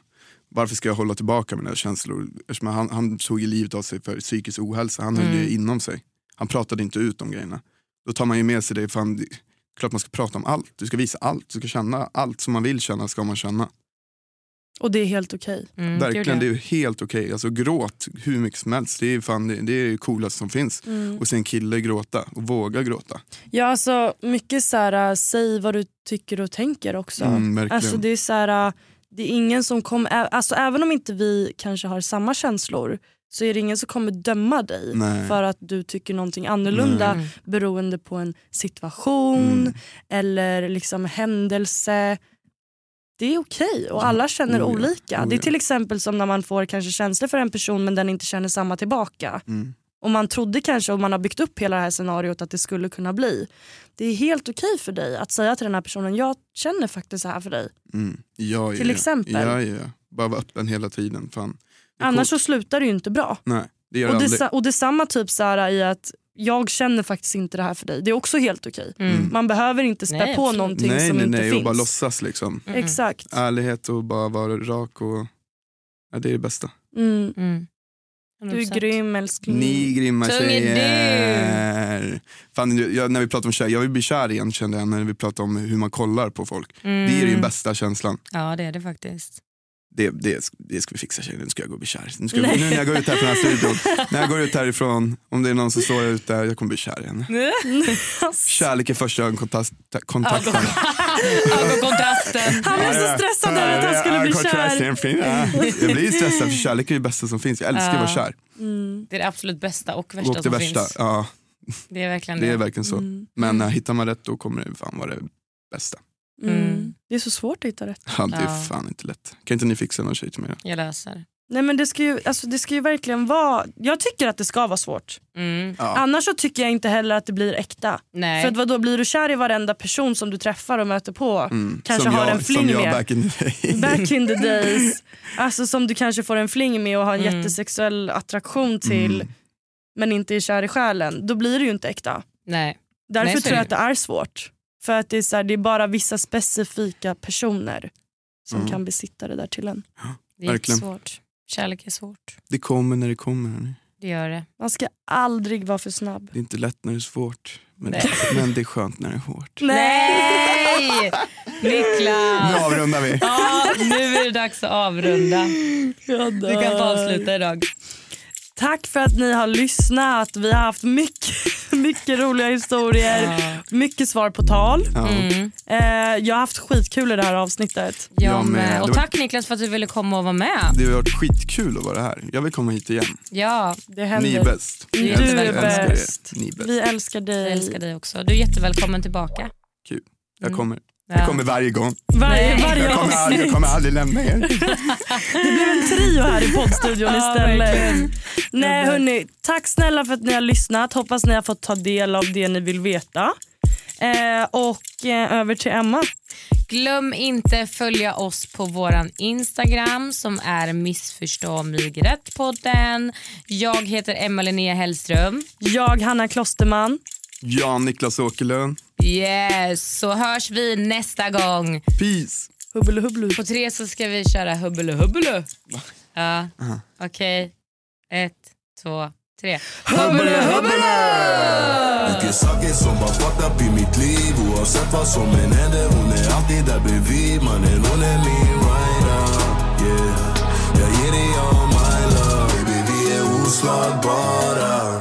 Speaker 1: varför ska jag hålla tillbaka mina känslor? Eftersom han, han tog ju livet av sig för psykisk ohälsa, han höll
Speaker 4: Mm.
Speaker 1: det inom sig. Han pratade inte ut om grejerna. Då tar man ju med sig det, fan, det är klart man ska prata om allt, du ska visa allt, du ska känna allt som man vill känna ska man känna.
Speaker 6: Och det är helt okej.
Speaker 1: Verkligen, det är helt okej. Alltså gråt hur mycket som helst, det är, fan, det, det är det coolaste som finns.
Speaker 6: Mm.
Speaker 1: Och se en kille gråta och våga gråta.
Speaker 6: Ja, alltså mycket så här, äh, säg vad du tycker och tänker också.
Speaker 1: Mm, verkligen.
Speaker 6: alltså det är så här, äh, det är ingen som kommer, ä- alltså även om inte vi kanske har samma känslor så är det ingen som kommer döma dig
Speaker 12: Nej.
Speaker 6: för att du tycker någonting annorlunda
Speaker 12: Nej. Mm.
Speaker 6: beroende på en situation eller liksom händelse. Det är okej och alla känner
Speaker 12: Oh ja,
Speaker 6: olika.
Speaker 12: oh
Speaker 6: Det är
Speaker 12: ja.
Speaker 6: till exempel som när man får kanske känslor för en person men den inte känner samma tillbaka.
Speaker 1: Mm.
Speaker 6: Och man trodde kanske, och man har byggt upp hela det här scenariot att det skulle kunna bli. Det är helt okej för dig att säga till den här personen, jag känner faktiskt så här för dig.
Speaker 1: Mm. Ja, ja,
Speaker 6: Till
Speaker 1: ja.
Speaker 6: exempel.
Speaker 1: Ja, ja, ja. Bara vara öppen hela tiden. Fan. Det är
Speaker 6: Annars
Speaker 1: coolt.
Speaker 6: så slutar det ju inte bra.
Speaker 1: Nej, det gör
Speaker 6: Och,
Speaker 1: det aldrig.
Speaker 6: dessa, och detsamma typ så här i att jag känner faktiskt inte det här för dig. Det är också helt okej.
Speaker 1: Mm.
Speaker 6: Man behöver inte spä
Speaker 1: Nej,
Speaker 6: på
Speaker 1: absolut.
Speaker 6: någonting
Speaker 1: nej,
Speaker 6: som
Speaker 1: nej,
Speaker 6: inte
Speaker 1: nej,
Speaker 6: finns.
Speaker 1: och bara låtsas liksom.
Speaker 6: Mm. Exakt.
Speaker 1: Ärlighet och bara vara rak och ja, det är det bästa.
Speaker 6: Mm. Du
Speaker 4: 100%.
Speaker 6: är grym älskling.
Speaker 1: Ni grymma
Speaker 6: Mm. Tung är
Speaker 1: tjejer. Fan, jag, när vi pratar om tjejer, jag vill bli kär igen kände jag när vi pratade om hur man kollar på folk.
Speaker 4: Mm.
Speaker 1: Det är den bästa känslan.
Speaker 4: Ja det är det faktiskt.
Speaker 1: Det, det, det ska vi fixa tjejer, nu ska jag gå och bli kär. Nu, ska jag, nu när jag går ut här från den här studion, när jag går ut härifrån, om det är någon som står där ute, jag kommer bli kär igen. Kärlek är första ögonkontakten.
Speaker 4: Ögonkontrasten.
Speaker 12: Han blev så stressad över att han skulle bli kär.
Speaker 1: Jag blir stressad för kärlek är det bästa som finns. Jag älskar att vara
Speaker 4: Ja.
Speaker 1: kär.
Speaker 6: Mm.
Speaker 4: Det är det absolut bästa och värsta
Speaker 1: Och det
Speaker 4: som
Speaker 1: värsta.
Speaker 4: finns.
Speaker 1: Ja,
Speaker 4: Det är verkligen
Speaker 1: det är verkligen så. Men eh, hittar man rätt då kommer det fan vara det bästa.
Speaker 6: Mm. Det är så svårt att hitta rätt.
Speaker 1: Ja, det är fan inte lätt. Kan inte ni fixa någon tjej till mig? då?
Speaker 4: Jag läser.
Speaker 6: Nej, men det, ska ju, alltså, det ska ju verkligen vara... Jag tycker att det ska vara svårt.
Speaker 4: Mm.
Speaker 1: Ja.
Speaker 6: Annars så tycker jag inte heller att det blir äkta.
Speaker 4: Nej.
Speaker 6: För att då blir du kär i varenda person som du träffar och möter på?
Speaker 1: Mm.
Speaker 6: Kanske
Speaker 1: som
Speaker 6: har
Speaker 1: jag,
Speaker 6: en fling
Speaker 1: Som jag
Speaker 6: med.
Speaker 1: back in the day.
Speaker 6: Back in the days. Alltså som du kanske får en fling med och har en
Speaker 4: Mm.
Speaker 6: jättesexuell attraktion till
Speaker 1: Mm.
Speaker 6: men inte är kär i själen. Då blir det ju inte äkta.
Speaker 4: Nej.
Speaker 6: Därför
Speaker 4: Nej, så är
Speaker 6: tror jag
Speaker 4: det
Speaker 6: att det är svårt. För att det är, så här, det är bara vissa specifika personer som
Speaker 1: Mm.
Speaker 6: kan besitta det där till en.
Speaker 4: Det
Speaker 1: är Verkligen.
Speaker 4: svårt. Kärlek är svårt.
Speaker 1: Det kommer när det kommer. hörni.
Speaker 4: Det gör det.
Speaker 6: Man ska aldrig vara för snabb.
Speaker 1: Det är inte lätt när det är svårt. Men,
Speaker 6: Nej.
Speaker 1: men det är skönt när det är hårt.
Speaker 4: Nej! Niklas!
Speaker 1: Nu avrundar vi.
Speaker 4: Ja, nu är det dags att avrunda. Du kan få avsluta idag.
Speaker 6: Tack för att ni har lyssnat. Vi har haft mycket, mycket roliga historier, mycket svar på tal.
Speaker 4: Ja. Mm.
Speaker 6: Eh, jag har haft skitkul i det här avsnittet.
Speaker 1: med.
Speaker 4: Jag med.
Speaker 1: Det
Speaker 4: Och
Speaker 1: var-
Speaker 4: tack Niklas för att du ville komma och vara med.
Speaker 1: Det har varit skitkul att vara här. Jag vill komma hit igen.
Speaker 4: Ja,
Speaker 6: det
Speaker 1: Ni är bäst.
Speaker 4: Du
Speaker 1: Jag älskar-
Speaker 4: är
Speaker 1: jag älskar er.
Speaker 4: bäst.
Speaker 1: Ni är bäst.
Speaker 6: Vi älskar dig.
Speaker 4: Vi älskar dig också. Du är jättevälkommen tillbaka.
Speaker 1: Kul. Jag kommer.
Speaker 4: Mm. Ja.
Speaker 1: Jag kommer varje gång.
Speaker 4: Varje-
Speaker 1: jag,
Speaker 4: varje
Speaker 1: kommer aldrig, jag
Speaker 4: avsnitt.
Speaker 1: kommer aldrig lämna er.
Speaker 6: Det blev en trio här i poddstudion
Speaker 4: Ja,
Speaker 6: istället.
Speaker 4: verkligen.
Speaker 6: Nej hörni, tack snälla för att ni har lyssnat. Hoppas ni har fått ta del av det ni vill veta. Eh, och eh, över till Emma.
Speaker 4: Glöm inte följa oss på våran Instagram som är missförstå mig rätt-podden. Jag heter Emma Linnea Hellström.
Speaker 6: Jag Hanna Klosterman.
Speaker 1: Jan Niklas Åkerlund.
Speaker 4: Yes, så hörs vi nästa gång.
Speaker 1: Peace.
Speaker 6: Hubbelu hubbelu.
Speaker 4: På tre så ska vi köra hubbelu hubbelu. Ja, okej. Ett, två, tre. Hubbelu hubbelu!
Speaker 3: Mycket saker som var fucked up i mitt liv Oavsett vad som än händer Hon är alltid där bredvid Mannen hon är min rider yeah. Jag ger dig all my love Baby vi är oslagbara